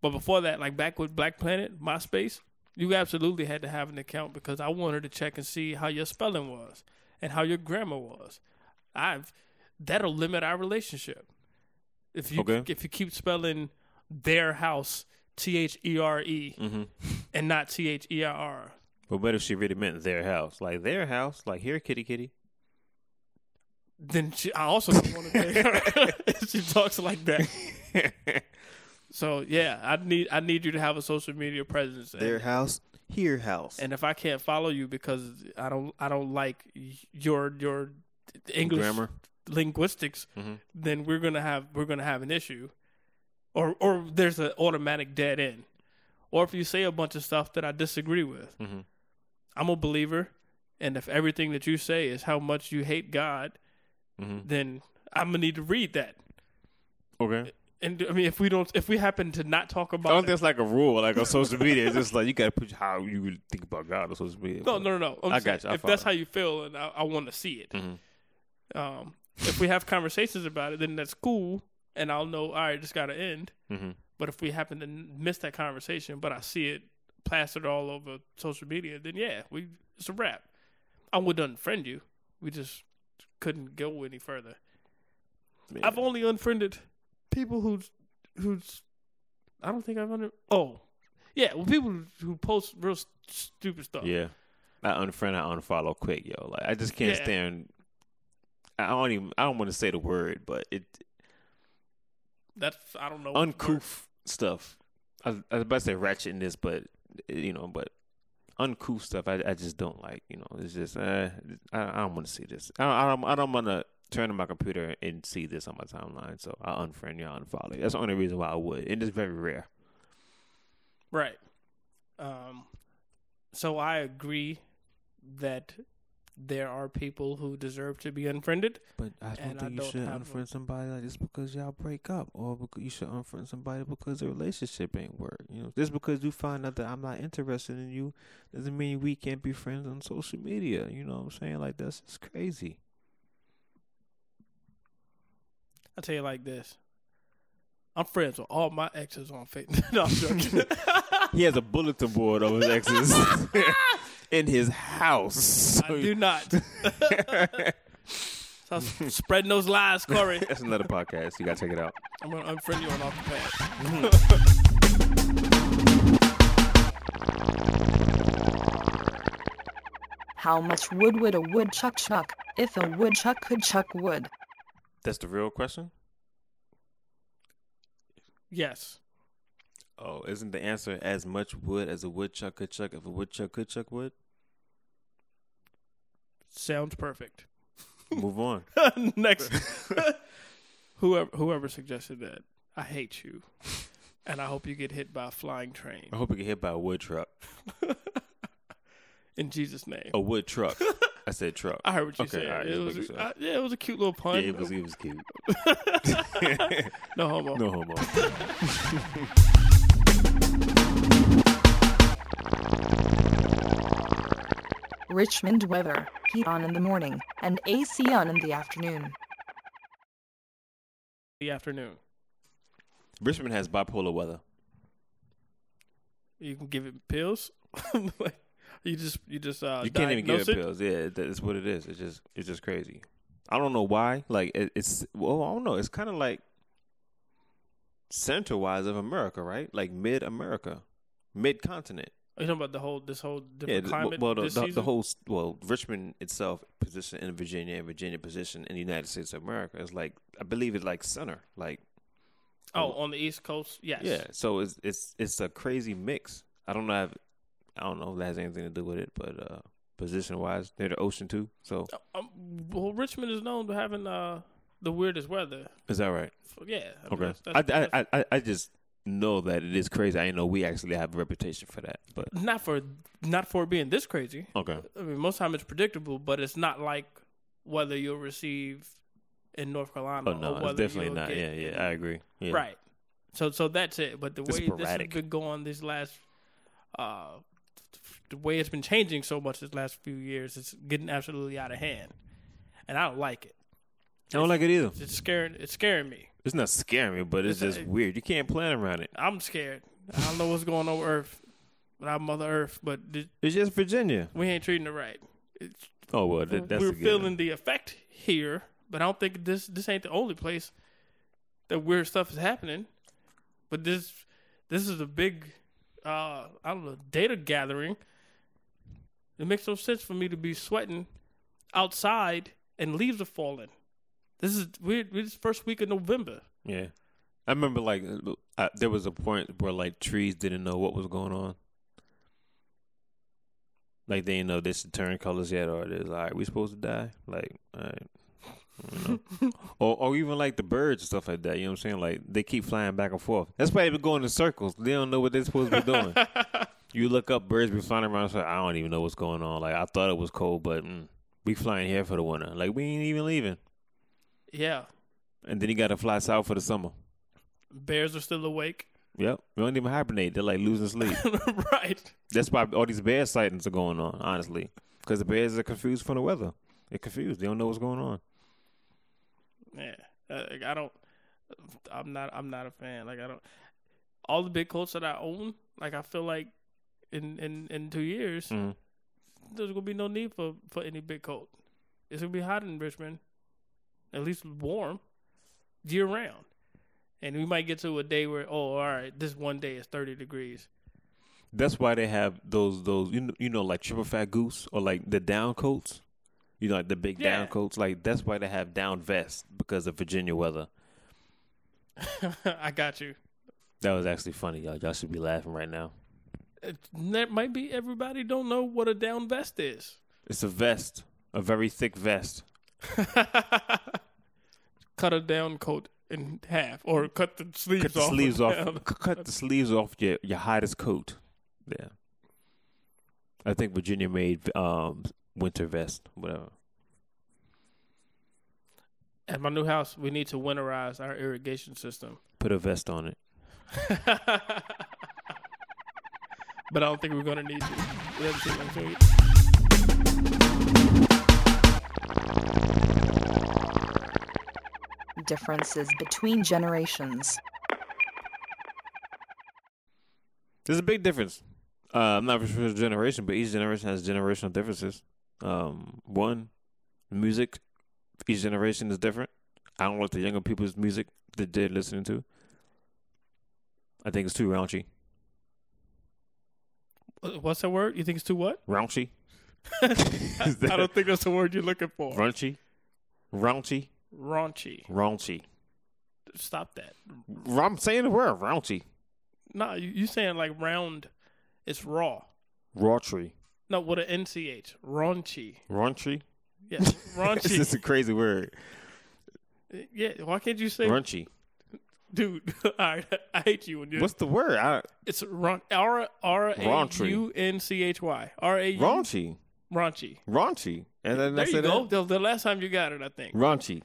Speaker 1: But before that, like back with Black Planet, MySpace, you absolutely had to have an account because I wanted to check and see how your spelling was and how your grammar was. I've that'll limit our relationship. If you
Speaker 2: Okay.
Speaker 1: if you keep spelling their house T H E R E and not T H E R R.
Speaker 2: But what if she really meant their house? Like their house? Like here, kitty, kitty.
Speaker 1: then she, I also don't want to date her. if she talks like that. so yeah, I need I need you to have a social media presence. And,
Speaker 2: house, here house.
Speaker 1: and if I can't follow you because I don't I don't like y- your your English
Speaker 2: grammar.
Speaker 1: linguistics, then we're gonna have we're gonna have an issue, or or there's an automatic dead end, or if you say a bunch of stuff that I disagree with. I'm a believer, and if everything that you say is how much you hate God, then I'm gonna need to read that.
Speaker 2: Okay.
Speaker 1: And I mean, if we don't, if we happen to not talk
Speaker 2: I don't
Speaker 1: about,
Speaker 2: think
Speaker 1: it,
Speaker 2: it's like a rule, like on social media. It's just like you gotta put how you really think about God on social media.
Speaker 1: no, no, no, no. I'm
Speaker 2: I
Speaker 1: saying
Speaker 2: got you. I
Speaker 1: if that's
Speaker 2: follow. Mm-hmm.
Speaker 1: how you feel, and I, I want to see it. Um, if we have conversations about it, then that's cool, and I'll know. All right, just gotta end.
Speaker 2: Mhm.
Speaker 1: But if we happen to n- miss that conversation, but I see it plastered all over social media, then yeah, we it's a wrap. I would unfriend you. We just couldn't go any further.
Speaker 2: Yeah.
Speaker 1: I've only unfriended people who's who's I don't think I've under oh yeah well, people who post real st- stupid stuff
Speaker 2: Yeah. I unfriend, I unfollow quick, yo. Like I just can't
Speaker 1: Yeah.
Speaker 2: stand. I don't even. I don't want to say the word, but it
Speaker 1: that's I don't know what the word-
Speaker 2: uncouth stuff. I, I was about to say ratchetness, but you know, but uncouth stuff. I, I just don't like. You know, it's just uh, I, I don't want to see this. I, I don't. I don't want to turn to my computer and see this on my timeline. So I unfriend you, I unfollow. you. That's the only reason why I would, and it's very rare.
Speaker 1: right um so I agree that there are people who deserve to be unfriended
Speaker 2: But I don't
Speaker 1: And I
Speaker 2: think you
Speaker 1: don't
Speaker 2: should
Speaker 1: have
Speaker 2: unfriend
Speaker 1: one.
Speaker 2: somebody like just because y'all break up, or because you should unfriend somebody because the relationship ain't work. You know, just because you find out that I'm not interested in you doesn't mean we can't be friends on social media. You know what I'm saying? Like that's just crazy.
Speaker 1: I'll tell you like this I'm friends with all my exes on Facebook no I'm joking
Speaker 2: He has a bulletin board of his exes in his house.
Speaker 1: I do not Stop spreading those lies Corey
Speaker 2: That's another podcast. You gotta check it out.
Speaker 1: I'm gonna unfriend you on off the pad.
Speaker 5: How much wood would a woodchuck chuck if a woodchuck could chuck wood?
Speaker 2: That's the real question.
Speaker 1: Yes.
Speaker 2: Oh, isn't the answer as much wood as a woodchuck could chuck if a woodchuck could chuck wood?
Speaker 1: Sounds perfect.
Speaker 2: Move on.
Speaker 1: Next. whoever whoever suggested that, I hate you. And I hope you get hit by a flying train.
Speaker 2: I hope you get hit by a wood truck.
Speaker 1: In Jesus' name.
Speaker 2: A wood truck. I said truck.
Speaker 1: I heard what you
Speaker 2: Okay,
Speaker 1: said.
Speaker 2: all right,
Speaker 1: it
Speaker 2: just
Speaker 1: was,
Speaker 2: making sure.
Speaker 1: I- yeah, it was a cute little
Speaker 2: yeah,
Speaker 1: pun.
Speaker 2: it was, it was cute.
Speaker 1: no homo.
Speaker 2: No homo.
Speaker 5: Richmond weather, heat on in the morning, and AC on in the afternoon.
Speaker 1: The afternoon.
Speaker 2: Richmond has bipolar weather.
Speaker 1: You can give it pills. like you just you just uh
Speaker 2: you can't even
Speaker 1: diagnose
Speaker 2: get it
Speaker 1: it.
Speaker 2: pills. Yeah, that's what it is. It's just it's just crazy. I don't know why. Like it, it's well, I don't know. It's kind of like center wise of America, right? Like mid America, mid continent.
Speaker 1: You're talking about the whole this whole
Speaker 2: Yeah,
Speaker 1: different
Speaker 2: the-
Speaker 1: climate.
Speaker 2: well, the,
Speaker 1: this
Speaker 2: the, the
Speaker 1: season?
Speaker 2: whole s- well, Richmond itself position in Virginia and Virginia position in the United States of America is like I believe it's like center, like
Speaker 1: Oh, on the East Coast, yes.
Speaker 2: Yeah, so it's it's it's a crazy mix. I don't know. If, I don't know if that has anything to do with it, but uh, position wise, they're the ocean too. So
Speaker 1: Um, well, Richmond is known to having uh the weirdest weather.
Speaker 2: is that right?
Speaker 1: So, yeah. I mean,
Speaker 2: Okay.
Speaker 1: that's- that's-
Speaker 2: I,
Speaker 1: that's-
Speaker 2: I, I I just know that it is crazy. I didn't know we actually have a reputation for that. But
Speaker 1: not for not for being this crazy.
Speaker 2: okay,
Speaker 1: I mean, most time it's predictable, but it's not like whether you'll receive in North Carolina.
Speaker 2: oh no,
Speaker 1: or
Speaker 2: it's
Speaker 1: whether
Speaker 2: definitely
Speaker 1: you'll
Speaker 2: not.
Speaker 1: get
Speaker 2: Yeah,
Speaker 1: in-
Speaker 2: yeah, I agree. Yeah.
Speaker 1: Right. So so that's it. But the
Speaker 2: It's
Speaker 1: way this has
Speaker 2: sporadic.
Speaker 1: been going these last, uh, the way it's been changing so much this last few years, it's getting absolutely out of hand, and I don't like it.
Speaker 2: I don't like it either.
Speaker 1: It's scaring. It's scaring me.
Speaker 2: It's not scaring me, but it's
Speaker 1: It's-
Speaker 2: just weird. You can't plan around it.
Speaker 1: I'm scared I don't know what's going on with Earth, without Mother Earth, but th-
Speaker 2: It's just Virginia.
Speaker 1: we ain't treating it right. It's,
Speaker 2: Oh well, that, that's
Speaker 1: Mm-hmm. we're
Speaker 2: a good
Speaker 1: feeling
Speaker 2: one.
Speaker 1: the effect here, but I don't think this this ain't the only place that weird stuff is happening. But this this is a big uh I don't know, data gathering. It makes no sense for me to be sweating outside and leaves are falling. This is we're, we're this first week of November.
Speaker 2: Yeah, I remember like uh, I, there was a point where like trees didn't know what was going on. Like they didn't know this should turn colors yet, or it is all right. We supposed to die? Like all right. I don't know. or, or even like the birds and stuff like that. You know what I'm saying? Like they keep flying back and forth. That's why they been going in circles. They don't know what they're supposed to be doing. you look up, birds be flying around. So I don't even know what's going on. Like I thought it was cold, but mm, we flying here for the winter. Like we ain't even leaving.
Speaker 1: Yeah.
Speaker 2: And then you got to fly south for the summer.
Speaker 1: Bears are still awake.
Speaker 2: Yep. We don't even hibernate. They're like losing sleep.
Speaker 1: right.
Speaker 2: That's why all these bear sightings are going on, honestly. Because the bears are confused from the weather. They're confused. They don't know what's going on.
Speaker 1: Yeah, uh, like, I don't. I'm not. I'm not a fan. Like I don't. All the big coats that I own, like I feel like in in in two years,
Speaker 2: Mhm.
Speaker 1: there's gonna be no need for for any big coat. It's gonna be hot in Richmond, at least warm year round, and we might get to a day where oh, all right, this one day is 30 degrees.
Speaker 2: That's why they have those those you know, you know like triple fat goose or like the down coats. You know, like the big
Speaker 1: Yeah.
Speaker 2: down coats. Like that's why they have down vests because of Virginia weather.
Speaker 1: I got you.
Speaker 2: That was actually funny, y'all. Y'all should be laughing right now.
Speaker 1: It, that might be everybody don't know what a down vest is.
Speaker 2: It's a vest, a very thick vest.
Speaker 1: cut a down coat in half or cut the sleeves
Speaker 2: Cut the
Speaker 1: off.
Speaker 2: sleeves off. c- Cut the sleeves off your your hottest coat. Yeah, I think Virginia made um winter vest, whatever.
Speaker 1: At my new house, we need to winterize our irrigation system.
Speaker 2: Put a vest on it.
Speaker 1: But I don't think we're going to need to. We haven't seen one, so we-
Speaker 5: Differences between generations.
Speaker 2: There's a big difference. Uh, I'm not sure the generation, but each generation has generational differences. Um, one, music. Each generation is different. I don't like the younger people's music that they're listening to. I think it's too raunchy.
Speaker 1: Uh, What's that word? You think it's too what?
Speaker 2: Raunchy. Is
Speaker 1: I
Speaker 2: that-
Speaker 1: don't think that's the word you're looking for.
Speaker 2: Raunchy. Raunchy.
Speaker 1: Raunchy.
Speaker 2: Raunchy.
Speaker 1: Stop that.
Speaker 2: I'm saying the word raunchy.
Speaker 1: Nah, you, you saying like round. It's raw.
Speaker 2: Raunchy.
Speaker 1: No, with an NCH. Raunchy.
Speaker 2: Raunchy.
Speaker 1: Yeah,
Speaker 2: This is a
Speaker 1: raunchy.
Speaker 2: crazy word.
Speaker 1: yeah, why can't you say,
Speaker 2: Raunchy.
Speaker 1: dude? All right, I hate you when you're.
Speaker 2: What's the word? I,
Speaker 1: It's raun- R R A
Speaker 2: Raunchy.
Speaker 1: U N C H Y. R A U-
Speaker 2: raunchy.
Speaker 1: Raunchy.
Speaker 2: Raunchy. And then
Speaker 1: There
Speaker 2: that's
Speaker 1: you
Speaker 2: it.
Speaker 1: go. The, the last time you got it, I think.
Speaker 2: Raunchy.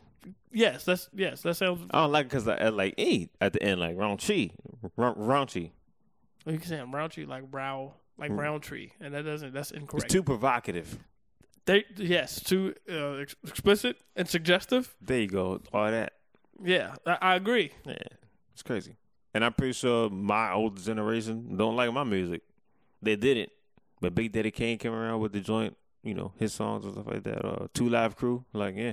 Speaker 1: Yes, that's yes, that sounds.
Speaker 2: I don't like it because I add like e at the end, like raunchy, Ra- raunchy.
Speaker 1: You can say raunchy like brow, like brown tree, and that doesn't. That's
Speaker 2: Hmm. It's
Speaker 1: incorrect.
Speaker 2: too provocative.
Speaker 1: they, yes, too uh, ex- explicit and suggestive.
Speaker 2: There you go. All that.
Speaker 1: Yeah, I, I agree.
Speaker 2: Yeah, it's crazy. And I'm pretty sure my older generation don't like my music. They didn't. But Big Daddy Kane came around with the joint, you know, his songs and stuff like that. Uh, Two Live Crew, like yeah,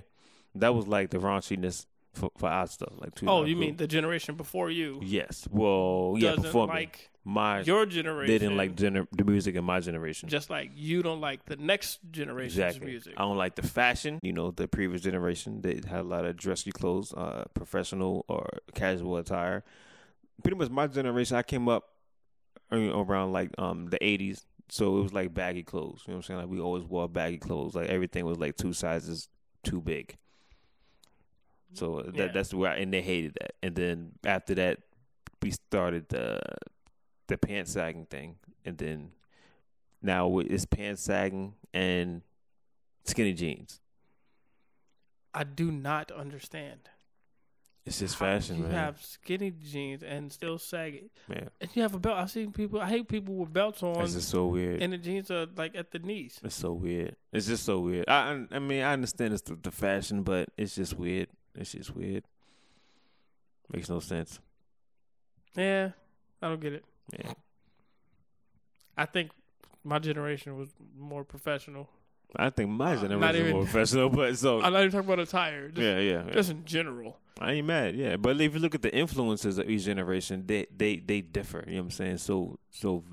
Speaker 2: that was like the raunchiness for, for our stuff. Like Two
Speaker 1: Oh,
Speaker 2: Live
Speaker 1: you
Speaker 2: Crew.
Speaker 1: mean the generation before you
Speaker 2: yes? Well, yeah,
Speaker 1: doesn't
Speaker 2: before me,
Speaker 1: like
Speaker 2: my
Speaker 1: your
Speaker 2: they
Speaker 1: generation?
Speaker 2: didn't like gener- the music in my generation.
Speaker 1: just like you don't like the next generation's
Speaker 2: Exactly.
Speaker 1: music.
Speaker 2: I don't like the fashion. You know, the previous generation they had a lot of dressy clothes, uh, professional or casual attire. Pretty much my generation, I came up I mean, around like um the eighties, so it was like baggy clothes. You know what I'm saying? Like we always wore baggy clothes. Like everything was like two sizes too big. So that
Speaker 1: Yeah.
Speaker 2: that's where I, and they hated that. And then after that, we started the the pants sagging thing, and then now it's pants sagging and skinny jeans.
Speaker 1: I do not understand.
Speaker 2: It's just
Speaker 1: How
Speaker 2: fashion,
Speaker 1: you
Speaker 2: man.
Speaker 1: have skinny jeans and still sag it.
Speaker 2: man,
Speaker 1: And you have a belt. I've seen people. I hate people with belts on,
Speaker 2: it's just so weird.
Speaker 1: and the jeans are like at the knees.
Speaker 2: it's so weird. It's just so weird. I I- I mean I understand it's the, the fashion, but it's just weird. It's just weird. Makes no sense.
Speaker 1: Yeah, I don't get it.
Speaker 2: Yeah.
Speaker 1: I think my generation was more professional.
Speaker 2: I think my generation
Speaker 1: not even-
Speaker 2: more professional, but so
Speaker 1: I'm not even talking about attire. Just,
Speaker 2: yeah, Oh. yeah, yeah.
Speaker 1: just in general.
Speaker 2: I ain't mad, yeah. But if you look at the influences of each generation, they they they differ. You know what I'm saying? So so,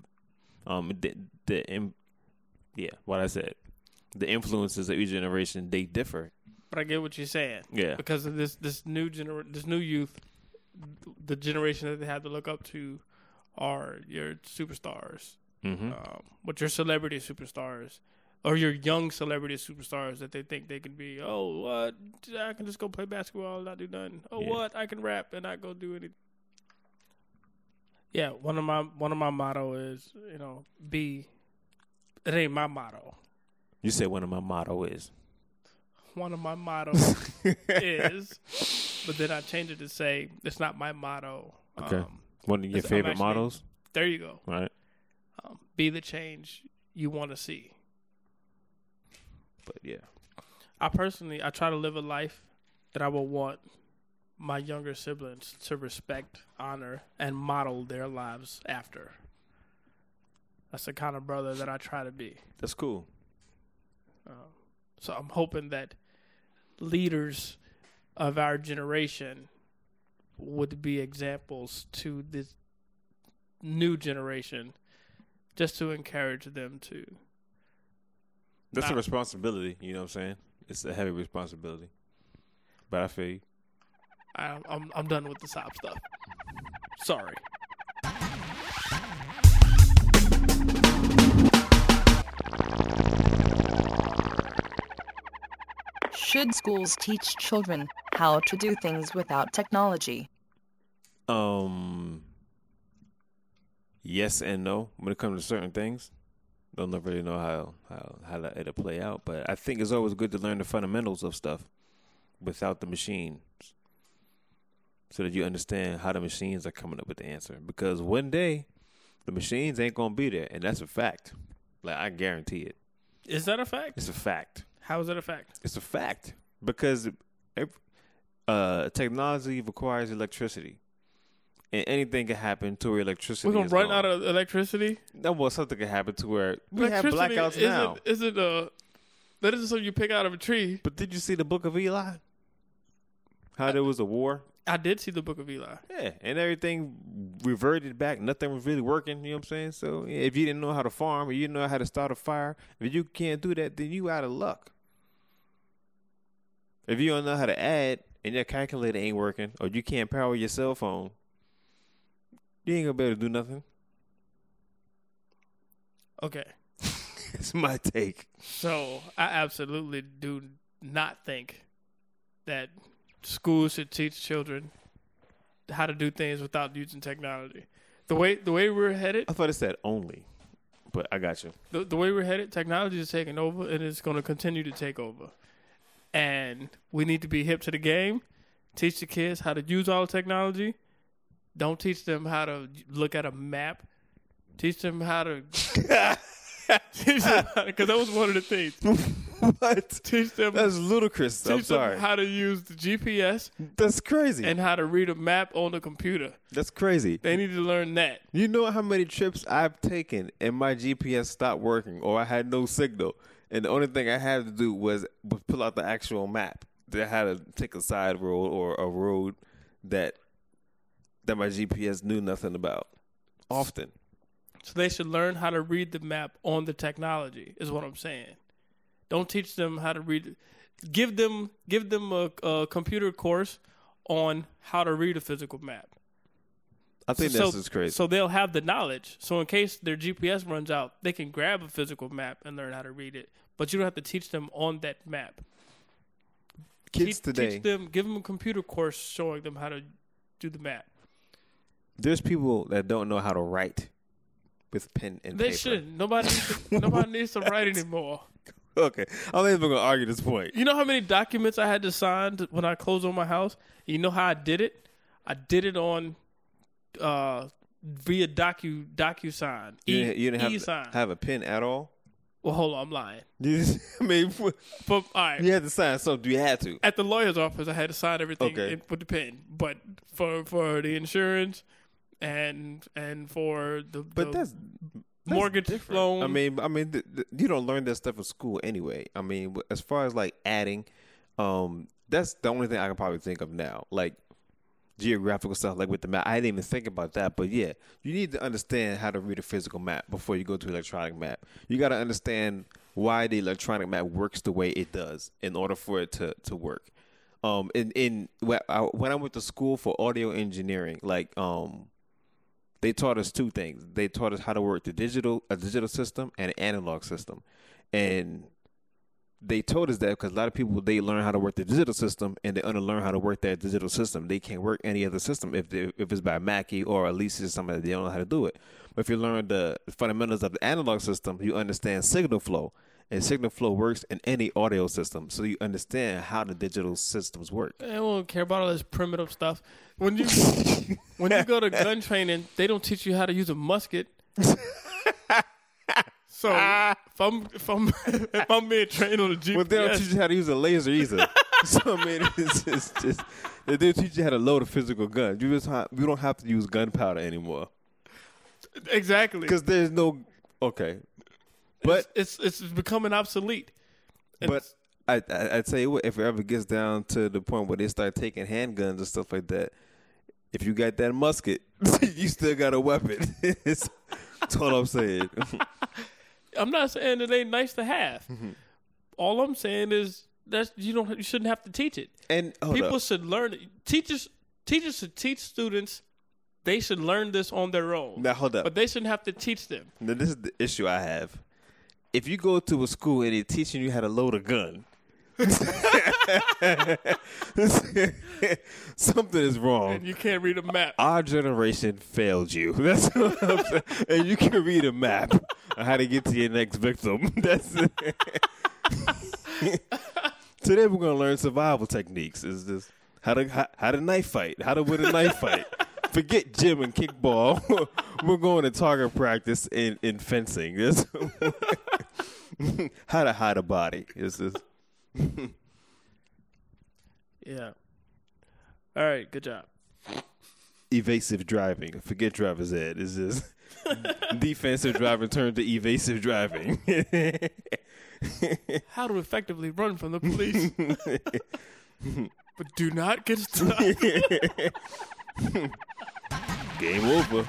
Speaker 2: um, the the im- yeah, what I said, the influences of each generation they differ.
Speaker 1: But I get what you're saying.
Speaker 2: Yeah,
Speaker 1: Because of this this new gener this new youth, th- the generation that they have to look up to, are your superstars,
Speaker 2: mm-hmm.
Speaker 1: um, but your celebrity superstars, or your young celebrity superstars that they think they can be. Oh, what? I can just go play basketball and not do nothing. Oh,
Speaker 2: Yeah.
Speaker 1: what? I can rap and not go do anything. Yeah, one of my one of my motto is you know be. It ain't my motto.
Speaker 2: you said one of my motto is
Speaker 1: one of my mottos is, but then I changed it to say it's not my motto.
Speaker 2: Okay.
Speaker 1: Um,
Speaker 2: one of your
Speaker 1: It's- I'm
Speaker 2: favorite
Speaker 1: actually-
Speaker 2: mottos,
Speaker 1: there you go.
Speaker 2: right?
Speaker 1: Um, be the change you want to see.
Speaker 2: But yeah,
Speaker 1: I personally, I try to live a life that I would want my younger siblings to respect, honor, and model their lives after. That's the kind of brother that I try to be.
Speaker 2: that's cool.
Speaker 1: So I'm hoping that leaders of our generation would be examples to this new generation just to encourage them to.
Speaker 2: That's a
Speaker 1: Nah.
Speaker 2: responsibility. You know what I'm saying? It's a heavy responsibility. But I feel you.
Speaker 1: I, I'm, I'm done with the sob stuff. Sorry.
Speaker 5: Should schools teach children how to do things without technology?
Speaker 2: Um. Yes and no. When it comes to certain things, don't know- really know how how how that- it'll play out. But I think it's always good to learn the fundamentals of stuff without the machines, so that you understand how the machines are coming up with the answer. Because one day, the machines ain't gonna be there, and that's a fact. Like I guarantee it.
Speaker 1: Is that a fact?
Speaker 2: It's a fact.
Speaker 1: How is that a fact?
Speaker 2: It's a fact because ev- uh, technology requires electricity, and anything can happen to where electricity.
Speaker 1: We're going
Speaker 2: is
Speaker 1: to run
Speaker 2: gone.
Speaker 1: out of electricity?
Speaker 2: No, well, something can happen to where we have
Speaker 1: Electricity
Speaker 2: blackouts
Speaker 1: isn't,
Speaker 2: now.
Speaker 1: Isn't, uh, that isn't something you pick out of a tree.
Speaker 2: But did you see the Book of Eli? How there was a war.
Speaker 1: I did see the Book of Eli.
Speaker 2: Yeah, and everything reverted back. Nothing was really working. You know what I'm saying? So yeah, if you didn't know how to farm, or you didn't know how to start a fire, if you can't do that, then you out of luck. If you don't know how to add and your calculator ain't working, or you can't power your cell phone, you ain't gonna be able to do nothing.
Speaker 1: Okay.
Speaker 2: It's my take.
Speaker 1: So I absolutely do not think that schools should teach children how to do things without using technology. The way the way we're headed,
Speaker 2: I thought it said only, but I got you.
Speaker 1: the, the way we're headed, technology is taking over and it's going to continue to take over. And we need to be hip to the game. Teach the kids how to use all the technology. Don't teach them how to look at a map. Teach them how to. Because that was one of the things.
Speaker 2: what?
Speaker 1: Teach them
Speaker 2: That's ludicrous. I'm
Speaker 1: teach them
Speaker 2: sorry.
Speaker 1: how to use the GPS
Speaker 2: That's crazy.
Speaker 1: and how to read a map on the computer.
Speaker 2: That's crazy.
Speaker 1: They need to learn that.
Speaker 2: You know how many trips I've taken and my GPS stopped working or I had no signal. And the only thing I had to do was was pull out the actual map that had to take a side road or a road that that my GPS knew nothing about. Often.
Speaker 1: So they should learn how to read the map on the technology. Is what I'm saying. Don't teach them how to read. Give them give them a, a computer course on how to read a physical map.
Speaker 2: I think
Speaker 1: so,
Speaker 2: that's just crazy.
Speaker 1: So they'll have the knowledge. So in case their GPS runs out, they can grab a physical map and learn how to read it. But you don't have to teach them on that map.
Speaker 2: Kids
Speaker 1: teach,
Speaker 2: today
Speaker 1: teach them, give them a computer course showing them how to do the map.
Speaker 2: there's people that don't know how to write with pen and
Speaker 1: They
Speaker 2: paper.
Speaker 1: shouldn't. Nobody, needs to, nobody needs to write anymore.
Speaker 2: Okay. I don't even gonna argue this point.
Speaker 1: You know how many documents I had to sign to- when I closed on my house? You know how I did it? I did it on uh, via docu DocuSign.
Speaker 2: You
Speaker 1: E,
Speaker 2: didn't, you didn't
Speaker 1: e-sign.
Speaker 2: have, have a pen at all.
Speaker 1: well, hold on, I'm lying.
Speaker 2: You just, I mean,
Speaker 1: But all right,
Speaker 2: you had to sign something. You had to.
Speaker 1: at the lawyer's office, I had to sign everything
Speaker 2: Okay.
Speaker 1: in, with the pen. But for for the insurance and and for the,
Speaker 2: But
Speaker 1: the
Speaker 2: that's, that's
Speaker 1: mortgage
Speaker 2: different.
Speaker 1: loan.
Speaker 2: I mean, I mean, th- th- you don't learn that stuff in school anyway. I mean, w- as far as like adding, um, that's the only thing I can probably think of now. Like geographical stuff, like with the map. I didn't even think about that, but yeah, you need to understand how to read a physical map before you go to electronic map. You got to understand why the electronic map works the way it does in order for it to to work. Um, in in when I, when I went to school for audio engineering, like um they taught us two things. They taught us how to work the digital a digital system and an analog system, and they told us that because a lot of people they learn how to work the digital system and they unlearn how to work that digital system. They can't work any other system if they, if it's by Mackey or at least it's somebody they don't know how to do it. But if you learn the fundamentals of the analog system, you understand signal flow, and signal flow works in any audio system. So you understand how the digital systems work.
Speaker 1: I don't care about all this primitive stuff. When you when you go to gun training, they don't teach you how to use a musket. so if I'm if I'm if I'm being trained on a GPS,
Speaker 2: Well, they don't teach you how to use a laser either. so I mean, it's, it's just they do teach you how to load a physical gun. You just ha- you don't have to use gunpowder anymore
Speaker 1: exactly
Speaker 2: because there's no okay. But
Speaker 1: it's, it's it's becoming obsolete.
Speaker 2: but I, I I tell you what, if it ever gets down to the point where they start taking handguns and stuff like that, if you got that musket, you still got a weapon. It's- That's all I'm saying.
Speaker 1: I'm not saying it ain't nice to have.
Speaker 2: Mm-hmm.
Speaker 1: All I'm saying is that you don't you shouldn't have to teach it.
Speaker 2: And hold
Speaker 1: People
Speaker 2: up.
Speaker 1: should learn it. Teachers teachers should teach students. They should learn this on their own.
Speaker 2: Now, hold up.
Speaker 1: But they shouldn't have to teach them.
Speaker 2: Now, this is the issue I have. If you go to a school and they're teaching you how to load a gun, something is
Speaker 1: And
Speaker 2: wrong.
Speaker 1: you can't read a map.
Speaker 2: Our generation failed you. That's what I'm saying. And you can read a map on how to get to your next victim. That's Today we're gonna learn survival techniques. Is just how to how, how to knife fight, how to win a knife fight. Forget gym and kickball. we're going to target practice in in fencing. This how to hide a body. This is
Speaker 1: Yeah. All right. Good job.
Speaker 2: evasive driving. Forget driver's ed. This is defensive driving turned to evasive driving.
Speaker 1: How to effectively run from the police. but do not get stuck.
Speaker 2: Game over.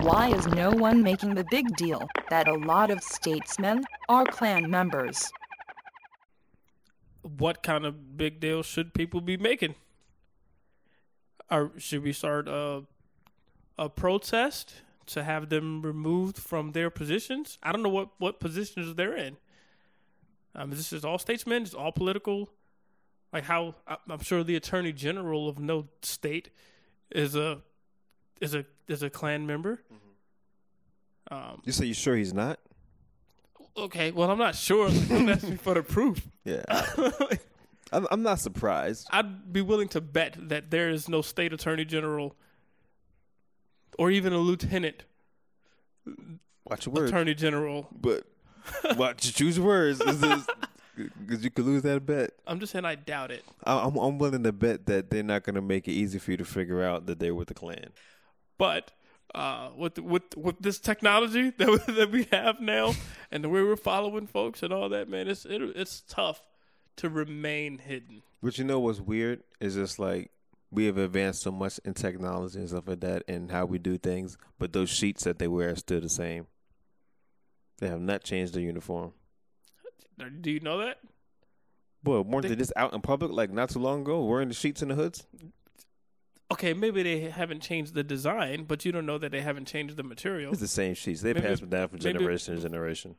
Speaker 5: Why is no one making the big deal that a lot of statesmen are Klan members?
Speaker 1: what kind of big deal should people be making? Or should we start a a protest to have them removed from their positions? I don't know what what positions they're in. Um, this is all statesmen. It's all political. Like how I- I'm sure the attorney general of no state is a is a is a Klan member. Um,
Speaker 2: You say you sure he's not?
Speaker 1: okay, well I'm not sure. Don't ask me for the proof.
Speaker 2: Yeah. I'm, I'm not surprised.
Speaker 1: I'd be willing to bet that there is no state attorney general or even a lieutenant
Speaker 2: Watch your words.
Speaker 1: attorney general.
Speaker 2: but watch you choose words because you could lose that bet.
Speaker 1: I'm just saying I doubt it.
Speaker 2: I, I'm I'm willing to bet that they're not going to make it easy for you to figure out that they're with the Klan.
Speaker 1: But uh, with with with this technology that we, that we have now and the way we're following folks and all that, man, it's it, it's tough to remain hidden.
Speaker 2: But you know what's weird is just like we have advanced so much in technology and stuff like that, and how we do things. But those sheets that they wear are still the same. They have not changed their uniform.
Speaker 1: Do you know that?
Speaker 2: Boy, weren't they, just out in public like not too long ago, wearing the sheets and the hoods?
Speaker 1: Okay, maybe they haven't changed the design, but you don't know that they haven't changed the material.
Speaker 2: It's the same sheets. They
Speaker 1: Maybe-
Speaker 2: pass them down from
Speaker 1: maybe-
Speaker 2: generation to generation.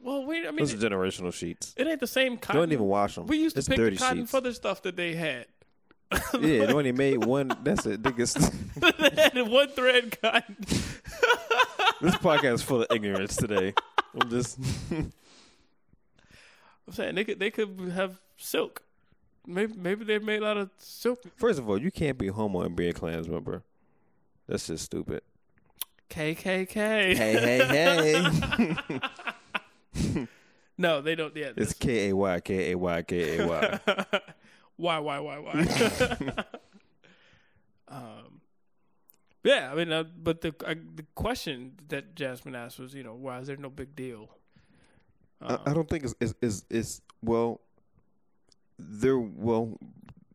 Speaker 1: Well, wait, I mean,
Speaker 2: Those
Speaker 1: it,
Speaker 2: are generational sheets.
Speaker 1: it ain't the same cotton.
Speaker 2: Don't even wash them.
Speaker 1: We used to
Speaker 2: It's
Speaker 1: pick the
Speaker 2: dirty
Speaker 1: cotton
Speaker 2: sheets.
Speaker 1: for the stuff that they had.
Speaker 2: Yeah, they only made one. That's it. Niggas,
Speaker 1: and one thread cotton.
Speaker 2: this podcast is full of ignorance today. I'm just
Speaker 1: I'm saying they could they could have silk. Maybe maybe they're made out of silk.
Speaker 2: first of all, you can't be homo and be a clans member. That's just stupid.
Speaker 1: KKK.
Speaker 2: Hey, hey, hey!
Speaker 1: No, they don't. Yeah,
Speaker 2: it's
Speaker 1: this-
Speaker 2: K A Y K A Y K A Y.
Speaker 1: why, why, why, why. um, yeah, I mean, uh, but the uh, the question that Jasmine asked was, you know, why is there no big deal?
Speaker 2: I, I don't think it's it's, it's it's well. There well,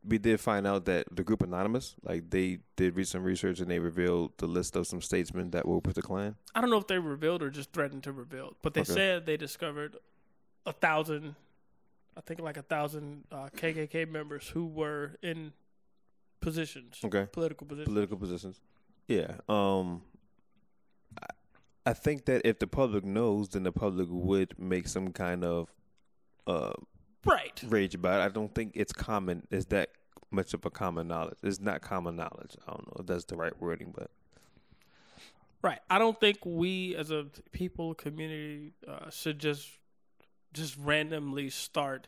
Speaker 2: we did find out that the group anonymous, like they did read some research and they revealed the list of some statesmen that were with the Klan.
Speaker 1: I don't know if they revealed or just threatened to reveal, but they
Speaker 2: Okay.
Speaker 1: said they discovered a thousand, I think like a thousand uh, KKK members who were in positions,
Speaker 2: Okay.
Speaker 1: political positions.
Speaker 2: political positions. Yeah. Um I, I think that if the public knows, then the public would make some kind of uh
Speaker 1: right.
Speaker 2: rage about it. I don't think it's common it's that much of a common knowledge. It's not common knowledge. I don't know if that's the right wording, but
Speaker 1: Right. I don't think we as a people community uh, should just just randomly start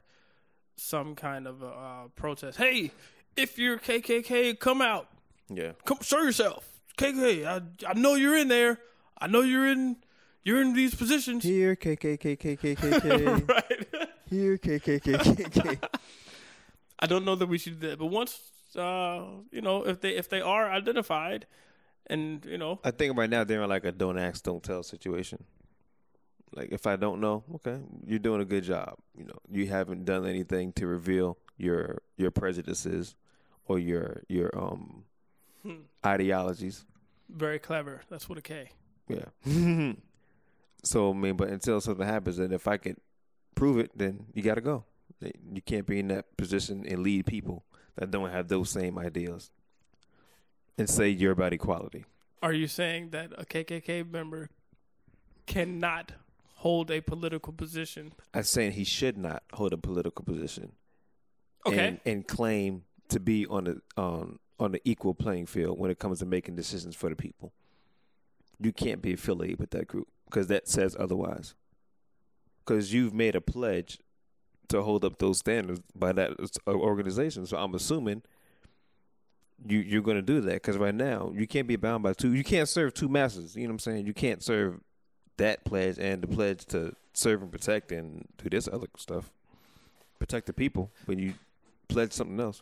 Speaker 1: some kind of uh, protest. Hey, if you're KKK, come out,
Speaker 2: yeah.
Speaker 1: come show yourself. KKK, I I know you're in there. I know you're in you're in these positions.
Speaker 2: Here K K K K K K K
Speaker 1: right.
Speaker 2: here K K K K K
Speaker 1: I don't know that we should do that, but once uh, you know if they if they are identified, and you know
Speaker 2: I think right now they're in like a don't ask, don't tell situation. Like if I don't know, okay, you're doing a good job. You know, you haven't done anything to reveal your your prejudices or your your um ideologies.
Speaker 1: very clever. That's what a K.
Speaker 2: Yeah. so I mean, but until something happens, and if I can prove it, then you got to go. You can't be in that position and lead people that don't have those same ideals and say you're about equality.
Speaker 1: Are you saying that a KKK member cannot hold a political position?
Speaker 2: I'm saying he should not hold a political position.
Speaker 1: Okay.
Speaker 2: and, and claim to be on the on on the equal playing field when it comes to making decisions for the people. You can't be affiliated with that group because that says otherwise. Because you've made a pledge to hold up those standards by that s- uh, organization, so I'm assuming you you're going to do that. Because right now you can't be bound by two. You can't serve two masters. You know what I'm saying? You can't serve that pledge and the pledge to serve and protect and do this other stuff. Protect the people when you pledge something else.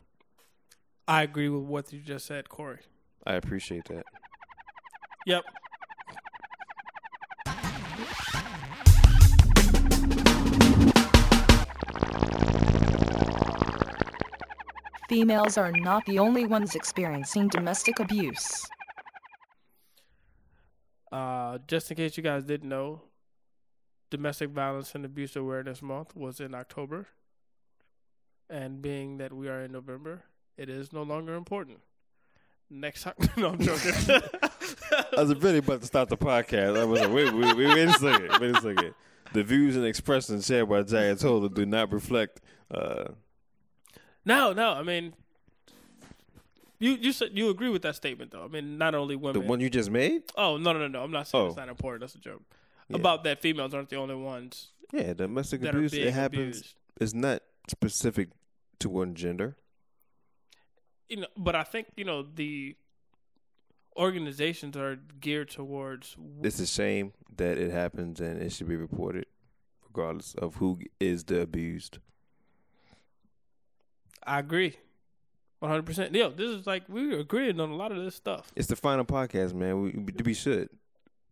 Speaker 1: I agree with what you just said, Corey.
Speaker 2: I appreciate that.
Speaker 1: Yep.
Speaker 5: Females are not the only ones experiencing domestic abuse.
Speaker 1: Uh, just in case you guys didn't know, Domestic Violence and Abuse Awareness Month was in October. And being that we are in November, it is no longer important. Next time, no, I'm joking.
Speaker 2: I was really about to stop the podcast. I was like, wait, wait, wait, wait a second, wait a second. The views and expressions shared by Jayatola do not reflect. Uh,
Speaker 1: no, no, I mean, you you said you agree with that statement though. I mean, not only women.
Speaker 2: the one you just made?
Speaker 1: Oh no no no no! I'm not saying
Speaker 2: Oh.
Speaker 1: it's not important. That's a joke.
Speaker 2: Yeah.
Speaker 1: About that, females aren't the only ones
Speaker 2: Yeah, domestic
Speaker 1: that
Speaker 2: abuse,
Speaker 1: are being
Speaker 2: it happens.
Speaker 1: abused.
Speaker 2: It's not specific to one gender.
Speaker 1: You know, but I think you know the organizations are geared towards. w-
Speaker 2: It's a shame that it happens and it should be reported, regardless of who is the abused.
Speaker 1: I agree, 100. percent Yo, this is like we're agreeing on a lot of this stuff.
Speaker 2: It's the final podcast, man. We, we should.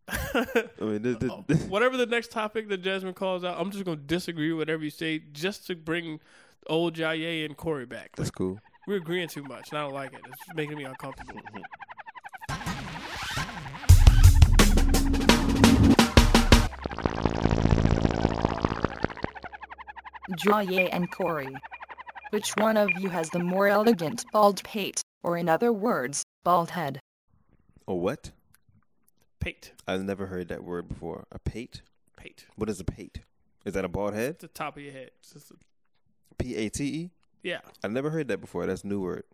Speaker 2: I mean, this,
Speaker 1: Oh.
Speaker 2: this, this,
Speaker 1: Whatever the next topic that Jasmine calls out, I'm just gonna disagree with whatever you say, just to bring old Jaye and Corey back. Like,
Speaker 2: that's cool.
Speaker 1: we're agreeing too much, and I don't like it. It's making me uncomfortable.
Speaker 5: Jaye and Corey. Which one of you has the more elegant bald pate, or in other words, bald head?
Speaker 2: A what?
Speaker 1: Pate,
Speaker 2: I've never heard that word before. A pate?
Speaker 1: pate.
Speaker 2: What is a pate? Is that a bald head?
Speaker 1: It's the top of your head. It's just-
Speaker 2: P A T E?
Speaker 1: yeah.
Speaker 2: I never heard that before. That's a new word.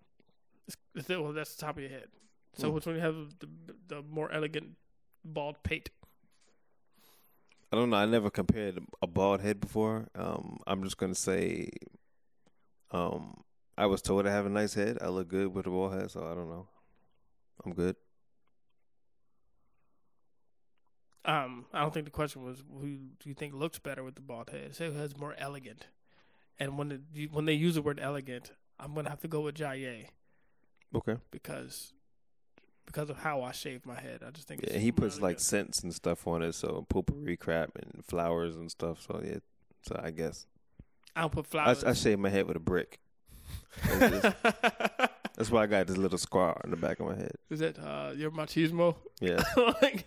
Speaker 1: It's, it's- well, that's the top of your head. So which one you have the, the more elegant bald pate?
Speaker 2: I don't know. I never compared a bald head before. Um, I'm just gonna say, um, I was told I have a nice head. I look good with a bald head, so I don't know. I'm good.
Speaker 1: Um, I don't think the question was who do you think looks better with the bald head? Say who has more elegant. And when it, you- when they use the word elegant, I'm gonna have to go with Jaye
Speaker 2: Okay.
Speaker 1: because because of how I shave my head. I just think it's
Speaker 2: Yeah, he
Speaker 1: just
Speaker 2: puts
Speaker 1: really
Speaker 2: like
Speaker 1: good.
Speaker 2: scents and stuff on it, so potpourri crap and flowers and stuff. So yeah, so I guess
Speaker 1: I don't put
Speaker 2: I,
Speaker 1: flowers.
Speaker 2: I shave my head with a brick. That's just- that's why I got this little scar on the back of my head.
Speaker 1: Is that uh, your machismo?
Speaker 2: Yeah,
Speaker 1: like,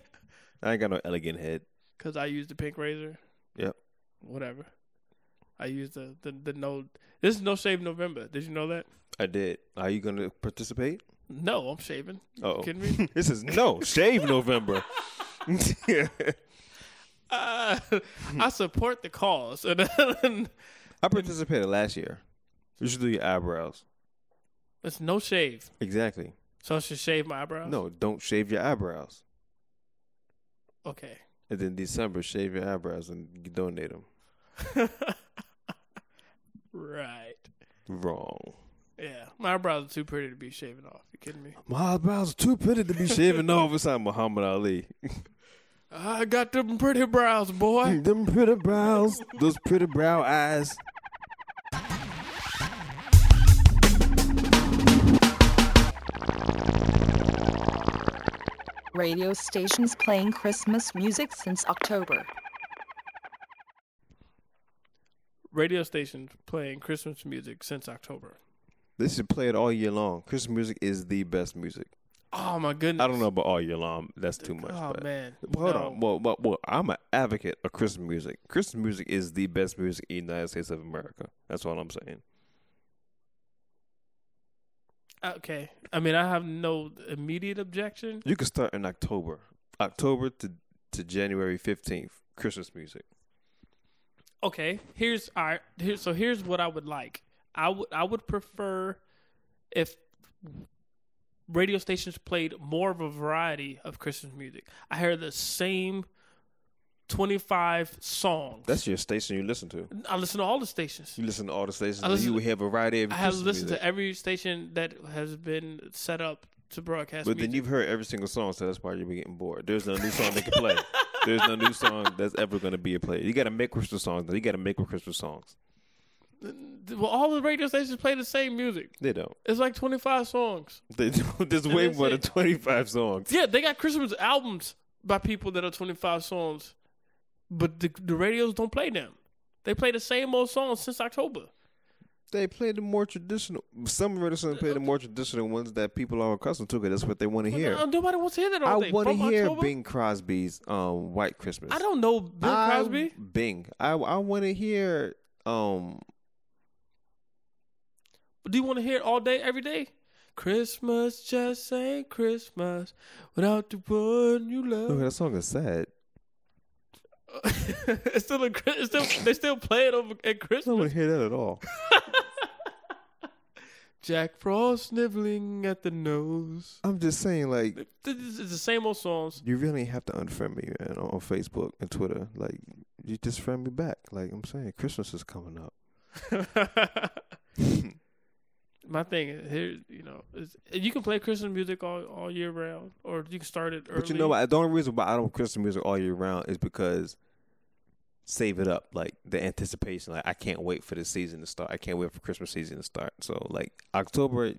Speaker 2: I ain't got no elegant head.
Speaker 1: cause I use the pink razor.
Speaker 2: Yep.
Speaker 1: Whatever. I use the the, the no. This is no shave November. Did you know that?
Speaker 2: I did. Are you gonna participate?
Speaker 1: No, I'm shaving.
Speaker 2: Oh,
Speaker 1: Kidding me?
Speaker 2: this is no shave November.
Speaker 1: Uh, I support the cause. And
Speaker 2: I participated last year. You should do your eyebrows.
Speaker 1: it's no shave,
Speaker 2: Exactly.
Speaker 1: so I should shave my eyebrows.
Speaker 2: No, don't shave your eyebrows.
Speaker 1: Okay.
Speaker 2: And then December, shave your eyebrows and donate them.
Speaker 1: right.
Speaker 2: Wrong.
Speaker 1: Yeah, my eyebrows are too pretty to be shaven off. You kidding me?
Speaker 2: My eyebrows are too pretty to be shaving off. It's like Muhammad Ali.
Speaker 1: I got them pretty brows, boy.
Speaker 2: Them pretty brows, those pretty brow eyes.
Speaker 5: Radio stations playing Christmas music since October.
Speaker 1: Radio stations playing Christmas music since October.
Speaker 2: They should play it all year long. Christmas music is the best music.
Speaker 1: Oh my goodness!
Speaker 2: I don't know about all year long. That's too much.
Speaker 1: Oh
Speaker 2: but.
Speaker 1: man.
Speaker 2: Hold
Speaker 1: No.
Speaker 2: on. Well, well, well, I'm an advocate of Christmas music. Christmas music is the best music in the United States of America. That's all I'm saying.
Speaker 1: Okay. I mean, I have no immediate objection.
Speaker 2: You can start in October, October to to January 15th. Christmas music.
Speaker 1: Okay. Here's all right. Here, so here's what I would like. I would I would prefer if radio stations played more of a variety of Christmas music. I hear the same twenty five songs.
Speaker 2: That's your station you listen to.
Speaker 1: I listen to all the stations.
Speaker 2: You listen to all the stations.
Speaker 1: I
Speaker 2: and
Speaker 1: listen
Speaker 2: you
Speaker 1: to-
Speaker 2: have a variety of.
Speaker 1: I have
Speaker 2: Christmas
Speaker 1: listened
Speaker 2: music.
Speaker 1: to every station that has been set up to broadcast.
Speaker 2: But then
Speaker 1: music.
Speaker 2: you've heard every single song, so that's why you'll be getting bored. There's no new song they can play. There's no new song that's ever going to be a play. You got to make Christmas songs. though. You got to make with Christmas songs.
Speaker 1: well, all the radio stations play the same music.
Speaker 2: They don't.
Speaker 1: It's like twenty five songs.
Speaker 2: They don't. There's way
Speaker 1: that's
Speaker 2: more than
Speaker 1: it.
Speaker 2: 25 songs.
Speaker 1: Yeah, they got Christmas albums by people that are 25 songs, but the, the radios don't play them. They play the same old songs since October.
Speaker 2: They play the more traditional. Some radio stations play the more traditional ones that people are accustomed to, 'cause that's what they want to hear.
Speaker 1: No, nobody wants to hear that all
Speaker 2: I
Speaker 1: day.
Speaker 2: want to
Speaker 1: From
Speaker 2: hear
Speaker 1: October?
Speaker 2: Bing Um, Crosby's um, "White Christmas."
Speaker 1: I don't know Bill
Speaker 2: I-
Speaker 1: Crosby.
Speaker 2: Bing. I I want to hear um
Speaker 1: Do you want to hear it all day, every day? Christmas just ain't Christmas without the one you
Speaker 2: Look,
Speaker 1: love.
Speaker 2: that song is sad.
Speaker 1: it's still a, Chris- it's still, they still play it over at
Speaker 2: I don't
Speaker 1: Christmas.
Speaker 2: want to hear that at all.
Speaker 1: Jack Frost sniveling at the nose.
Speaker 2: I'm just saying, like,
Speaker 1: It's it's the same old songs.
Speaker 2: you really have to unfriend me man, on on Facebook and Twitter. Like, you just friend me back. Like I'm saying, Christmas is coming up.
Speaker 1: My thing is here, you know, is you can play Christmas music all, all year round, or you can start it early.
Speaker 2: But you know what? The only reason why I don't Christmas music all year round is because save it up, like the anticipation. Like I can't wait for the season to start. I can't wait for Christmas season to start. So like October,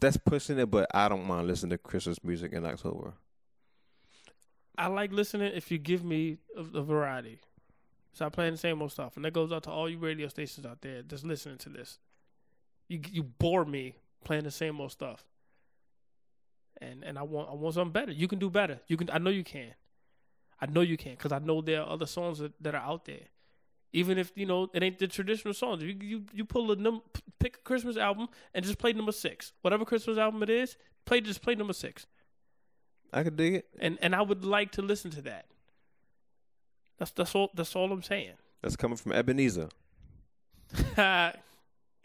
Speaker 2: that's pushing it. But I don't mind listening to Christmas music in October.
Speaker 1: I like listening if you give me a, a variety. Stop playing the same old stuff, and that goes out to all you radio stations out there that's listening to this. You you bore me playing the same old stuff, and and I want I want something better. You can do better. You can. I know you can. I know you can because I know there are other songs that, that are out there. Even if you know it ain't the traditional songs, you you you pull a num p- pick a Christmas album and just play number six, whatever Christmas album it is, play just play number six
Speaker 2: I could dig it.
Speaker 1: and and I would like to listen to that. That's that's all that's all I'm saying.
Speaker 2: That's coming from Ebenezer.
Speaker 1: I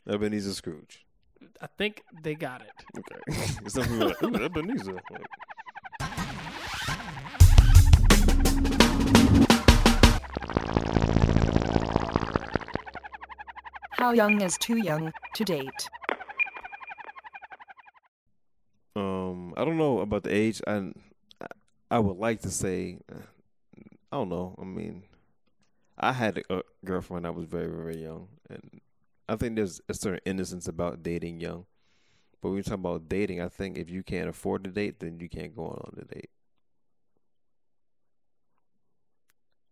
Speaker 2: Ebenezer Scrooge.
Speaker 1: think they got it.
Speaker 2: Okay. Something like "Ooh, Ebenezer. Like,
Speaker 5: How young is too young to date?
Speaker 2: Um, I don't know about the age. I I would like to say, uh, I don't know. I mean, I had a girlfriend when I was very very young, and I think there's a certain innocence about dating young. But when you talk about dating, I think if you can't afford to date, then you can't go on the date.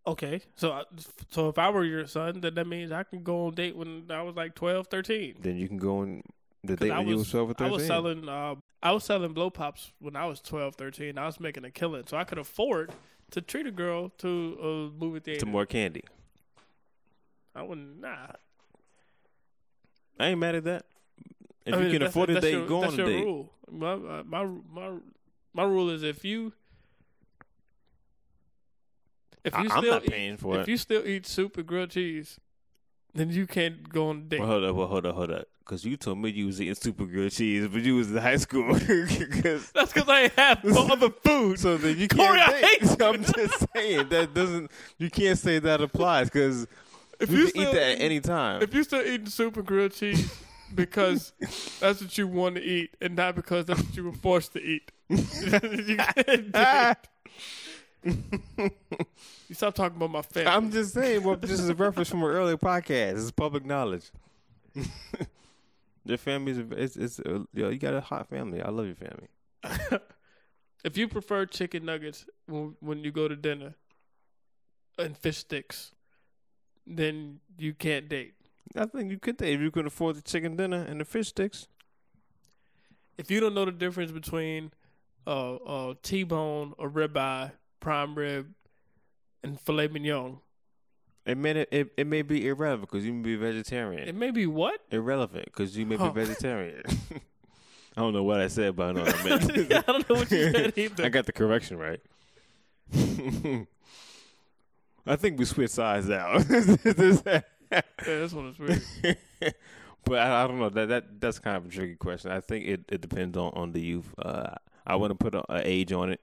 Speaker 1: Okay, so I- so if I were your son, then that means I can go on date when I was like 12, 13.
Speaker 2: Then you can go on the
Speaker 1: 'Cause
Speaker 2: date
Speaker 1: I
Speaker 2: when you was
Speaker 1: was,
Speaker 2: twelve or
Speaker 1: I
Speaker 2: thirteen.
Speaker 1: was selling uh, I was selling blow pops when I was 12, 13. I was making a killing, so I could afford to treat a girl to a movie theater.
Speaker 2: to more candy.
Speaker 1: I wouldn't. Nah,
Speaker 2: I ain't mad at that. If
Speaker 1: I mean,
Speaker 2: you can
Speaker 1: that's-
Speaker 2: afford a
Speaker 1: that's
Speaker 2: date,
Speaker 1: your-
Speaker 2: go
Speaker 1: that's
Speaker 2: on a
Speaker 1: your
Speaker 2: date.
Speaker 1: Rule. My, my my my rule is if you if
Speaker 2: I-
Speaker 1: you
Speaker 2: I'm
Speaker 1: still
Speaker 2: not
Speaker 1: eat,
Speaker 2: paying for
Speaker 1: if
Speaker 2: it.
Speaker 1: you still eat soup and grilled cheese, then you can't go on a date.
Speaker 2: Well, hold up, well, hold up, hold up. Because you told me you was eating super good cheese, but you was in high school. 'Cause-
Speaker 1: that's because I ain't have no other food.
Speaker 2: so then you
Speaker 1: Corey,
Speaker 2: can't
Speaker 1: I
Speaker 2: date.
Speaker 1: hate you.
Speaker 2: I'm just saying that doesn't. You can't say that applies because
Speaker 1: If
Speaker 2: you,
Speaker 1: you
Speaker 2: can eat
Speaker 1: still-
Speaker 2: that at any time.
Speaker 1: if you still eating soup and grilled cheese because that's what you want to eat and not because that's what you were forced to eat, you can't date. You stop talking about my family.
Speaker 2: I'm just saying. Well, this is a reference from an earlier podcast. It's public knowledge. Your family's it's it's uh, yo, you got a hot family. I love your family.
Speaker 1: if you prefer chicken nuggets when, when you go to dinner and fish sticks, then you can't date.
Speaker 2: I think you could date if you could afford the chicken dinner and the fish sticks.
Speaker 1: If you don't know the difference between uh, uh, T-bone, a ribeye, prime rib, and filet mignon,
Speaker 2: It may it, it may be irrelevant because you may be vegetarian.
Speaker 1: it may be what?
Speaker 2: irrelevant because you may be
Speaker 1: Huh.
Speaker 2: vegetarian. I don't know what I said, but I know what I meant.
Speaker 1: I don't know what you said either.
Speaker 2: I got the correction right. I think we switched sides out.
Speaker 1: yeah, this one is weird.
Speaker 2: but I, I don't know that that that's kind of a tricky question. I think it, it depends on on the youth. Uh, I wouldn't put a, a age on it.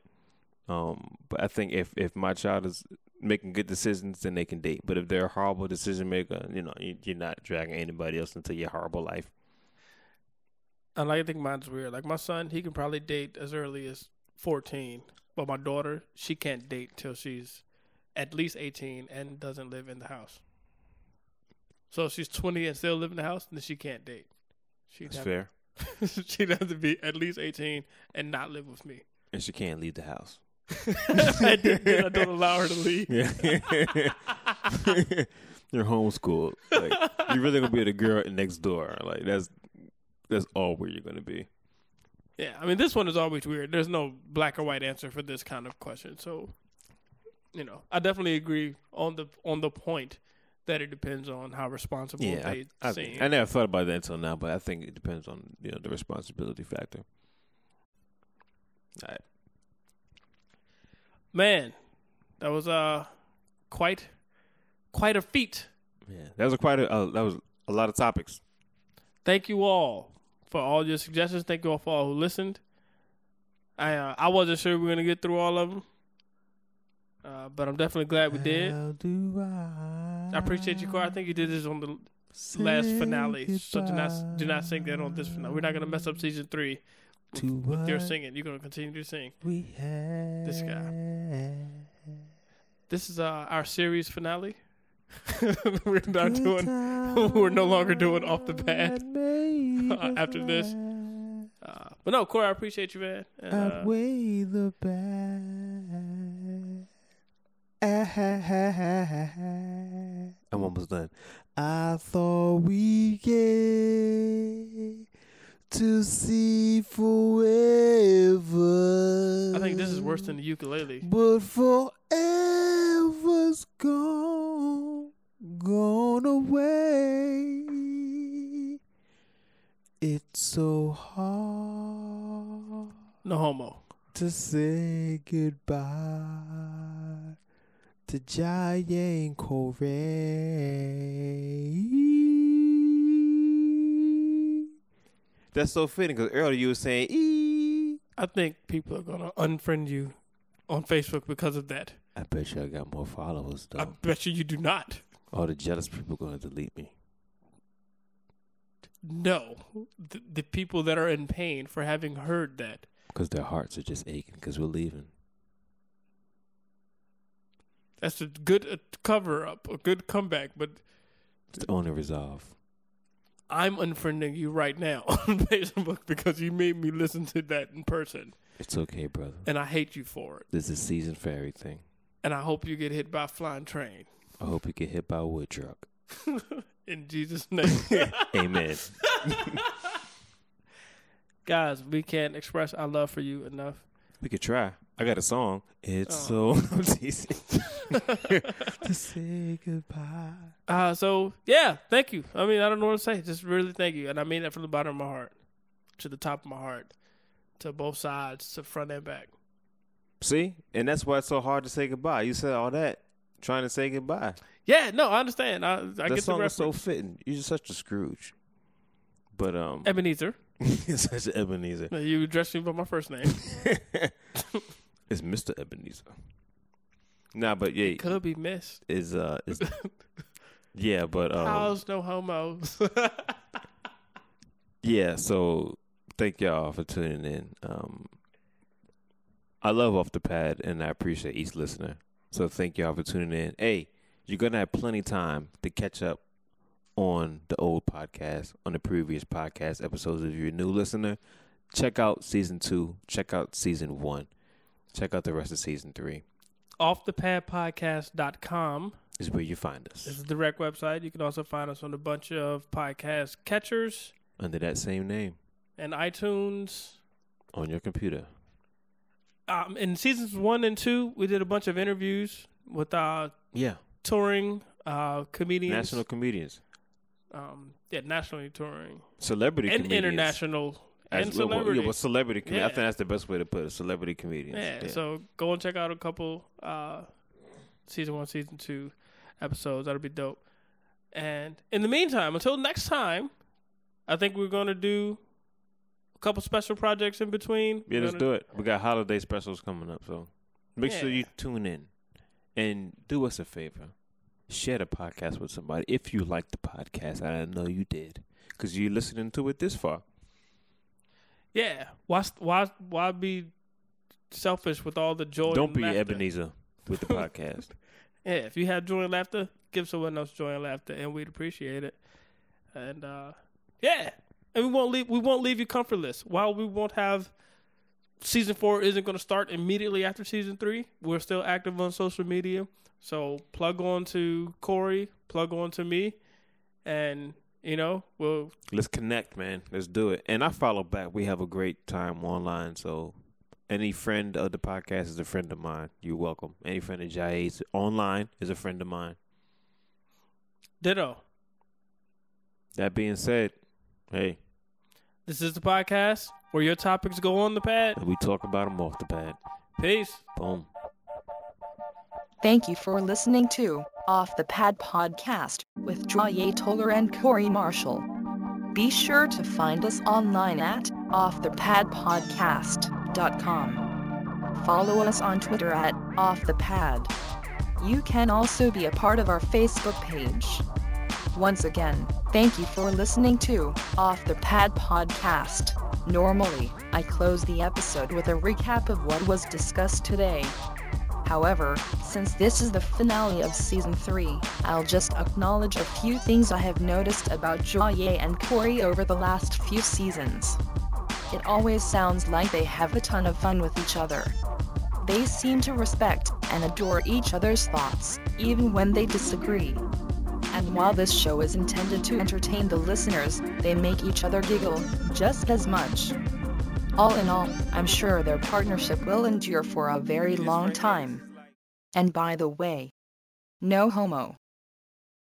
Speaker 2: Um, but I think if if my child is making good decisions, then they can date. But if they're a horrible decision maker, you know, you, you're not dragging anybody else into your horrible life.
Speaker 1: I like I think mine's weird. Like my son, he can probably date as early as fourteen, but my daughter, she can't date till she's at least eighteen and doesn't live in the house. So if she's twenty and still live in the house, then she can't date. She'd
Speaker 2: That's
Speaker 1: have,
Speaker 2: fair.
Speaker 1: she'd have to be at least eighteen and not live with me.
Speaker 2: And she can't leave the house.
Speaker 1: I, did, then I don't allow her to leave.
Speaker 2: Yeah. You're homeschooled. Like, you're really gonna be the girl next door. Like that's that's all where you're gonna be.
Speaker 1: Yeah, I mean, this one is always weird. There's no black or white answer for this kind of question. So, you know, I definitely agree on the on the point that it depends on how responsible
Speaker 2: Yeah,
Speaker 1: they
Speaker 2: I, I,
Speaker 1: seem.
Speaker 2: I never thought about that until now, but I think it depends on you know the responsibility factor. All right.
Speaker 1: Man, that was uh quite quite a feat.
Speaker 2: Yeah, that was a quite a uh, that was a lot of topics.
Speaker 1: Thank you all for all your suggestions. Thank you all for all who listened. I uh, I wasn't sure we were gonna get through all of them, uh, but I'm definitely glad we did.
Speaker 2: do I?
Speaker 1: I appreciate you, Corey. I think you did this on the last finale. So do not do not sing that on this finale. We're not gonna mess up season three with,
Speaker 2: To
Speaker 1: with your
Speaker 2: what?
Speaker 1: singing. You're gonna continue to sing.
Speaker 2: We had
Speaker 1: This This is uh, our series finale. we're not doing. we're no longer doing off the bat uh, after this. Uh, but no, Corey, I appreciate you, man. And, uh,
Speaker 2: Outweigh the bad. I'm almost done. I thought we get to see forever.
Speaker 1: I think this is worse than the ukulele.
Speaker 2: But forever's gone, gone away. It's so hard
Speaker 1: No homo.
Speaker 2: to say goodbye to Jay and Corey. That's so fitting because earlier you were saying "ee."
Speaker 1: I think people are gonna unfriend you on Facebook because of that.
Speaker 2: I bet you I got more followers though.
Speaker 1: I bet you you do not.
Speaker 2: All the jealous people going to delete me.
Speaker 1: No, the, the people that are in pain for having heard that.
Speaker 2: Because their hearts are just aching because we're leaving.
Speaker 1: That's a good uh, cover up, a good comeback, but
Speaker 2: It's the only resolve.
Speaker 1: I'm unfriending you right now on Facebook because you made me listen to that in person,
Speaker 2: It's okay, brother.
Speaker 1: and I hate you for it.
Speaker 2: This is season for everything.
Speaker 1: And I hope you get hit by a flying train.
Speaker 2: I hope you get hit by a wood truck.
Speaker 1: In Jesus' name.
Speaker 2: Amen.
Speaker 1: Guys, we can't express our love for you enough.
Speaker 2: we could try. I got a song. It's
Speaker 1: Oh.
Speaker 2: so I'm teasing. to say goodbye.
Speaker 1: Uh, so, yeah, thank you. I mean, I don't know what to say. Just really thank you. And I mean that from the bottom of my heart, to the top of my heart, to both sides, to front and back.
Speaker 2: See, and that's why it's so hard to say goodbye. You said all that trying to say goodbye.
Speaker 1: Yeah, no, I understand. I, I
Speaker 2: that
Speaker 1: get the
Speaker 2: song is
Speaker 1: reference.
Speaker 2: so fitting. You're just such a Scrooge. But um,
Speaker 1: Ebenezer.
Speaker 2: you're such an Ebenezer.
Speaker 1: No, You address me by my first name.
Speaker 2: It's Mr. Ebenezer. Nah, but yeah,
Speaker 1: Could be missed.
Speaker 2: is uh, is yeah, but um,
Speaker 1: How's no homo?
Speaker 2: yeah so thank y'all for tuning in um i love off the pad and i appreciate each listener so thank y'all for tuning in hey you're gonna have plenty time to catch up on the old podcast on the previous podcast episodes if you're a new listener check out season two check out season one check out the rest of season three
Speaker 1: Off the pad podcast.com
Speaker 2: is where you find
Speaker 1: This
Speaker 2: us
Speaker 1: is the direct website. You can also find us on a bunch of podcast catchers
Speaker 2: under that same name
Speaker 1: and iTunes.
Speaker 2: on your computer
Speaker 1: Um, in seasons one and two, we did a bunch of interviews with uh,
Speaker 2: yeah
Speaker 1: touring uh, comedians.
Speaker 2: national comedians
Speaker 1: um, yeah, nationally touring
Speaker 2: celebrity
Speaker 1: and
Speaker 2: comedians.
Speaker 1: international and
Speaker 2: well, well,
Speaker 1: celebrities.
Speaker 2: Yeah, well, celebrity comedian. I
Speaker 1: Yeah.
Speaker 2: think that's the best way to put it. Celebrity comedians.
Speaker 1: Yeah, so go and check out a couple uh season one, season two episodes. That'll be dope. And in the meantime, until next time, I think we're gonna do a couple special projects in between.
Speaker 2: yeah,
Speaker 1: We're
Speaker 2: let's
Speaker 1: gonna-
Speaker 2: do it. We got holiday specials coming up, so make sure
Speaker 1: Yeah.
Speaker 2: you tune in and do us a favor. Share the podcast with somebody if you like the podcast. I know you did because you're listening to it this far.
Speaker 1: Yeah. Why why why be selfish with all the joy?
Speaker 2: Don't
Speaker 1: and
Speaker 2: be
Speaker 1: laughter?
Speaker 2: Ebenezer with the podcast.
Speaker 1: Yeah, if you have joy and laughter, give someone else joy and laughter, and we'd appreciate it. And uh yeah, and we won't leave. We won't leave you comfortless. While we won't have season four isn't going to start immediately after season three. We're still active on social media, so plug on to Corey, plug on to me, and you know we'll
Speaker 2: Let's connect, man. Let's do it. And I follow back. We have a great time online. So any friend of the podcast is a friend of mine. You're welcome. Any friend of Jai's online is a friend of mine.
Speaker 1: ditto.
Speaker 2: That being said, hey,
Speaker 1: This is the podcast where your topics go on the pad.
Speaker 2: we talk about them off the pad.
Speaker 1: Peace.
Speaker 2: Boom.
Speaker 5: Thank you for listening to Off the Pad Podcast with Draye Toller and Corey Marshall. Be sure to find us online at offthepadpodcast.com. Follow us on Twitter at offthepad. You can also be a part of our Facebook page. Once again, thank you for listening to Off the Pad Podcast. Normally, I close the episode with a recap of what was discussed today. However, since this is the finale of season 3, I'll just acknowledge a few things I have noticed about Joye and Corey over the last few seasons. It always sounds like they have a ton of fun with each other. They seem to respect and adore each other's thoughts, even when they disagree. And while this show is intended to entertain the listeners, they make each other giggle just as much. All in all, I'm sure their partnership will endure for a very long time. And by the way, no homo.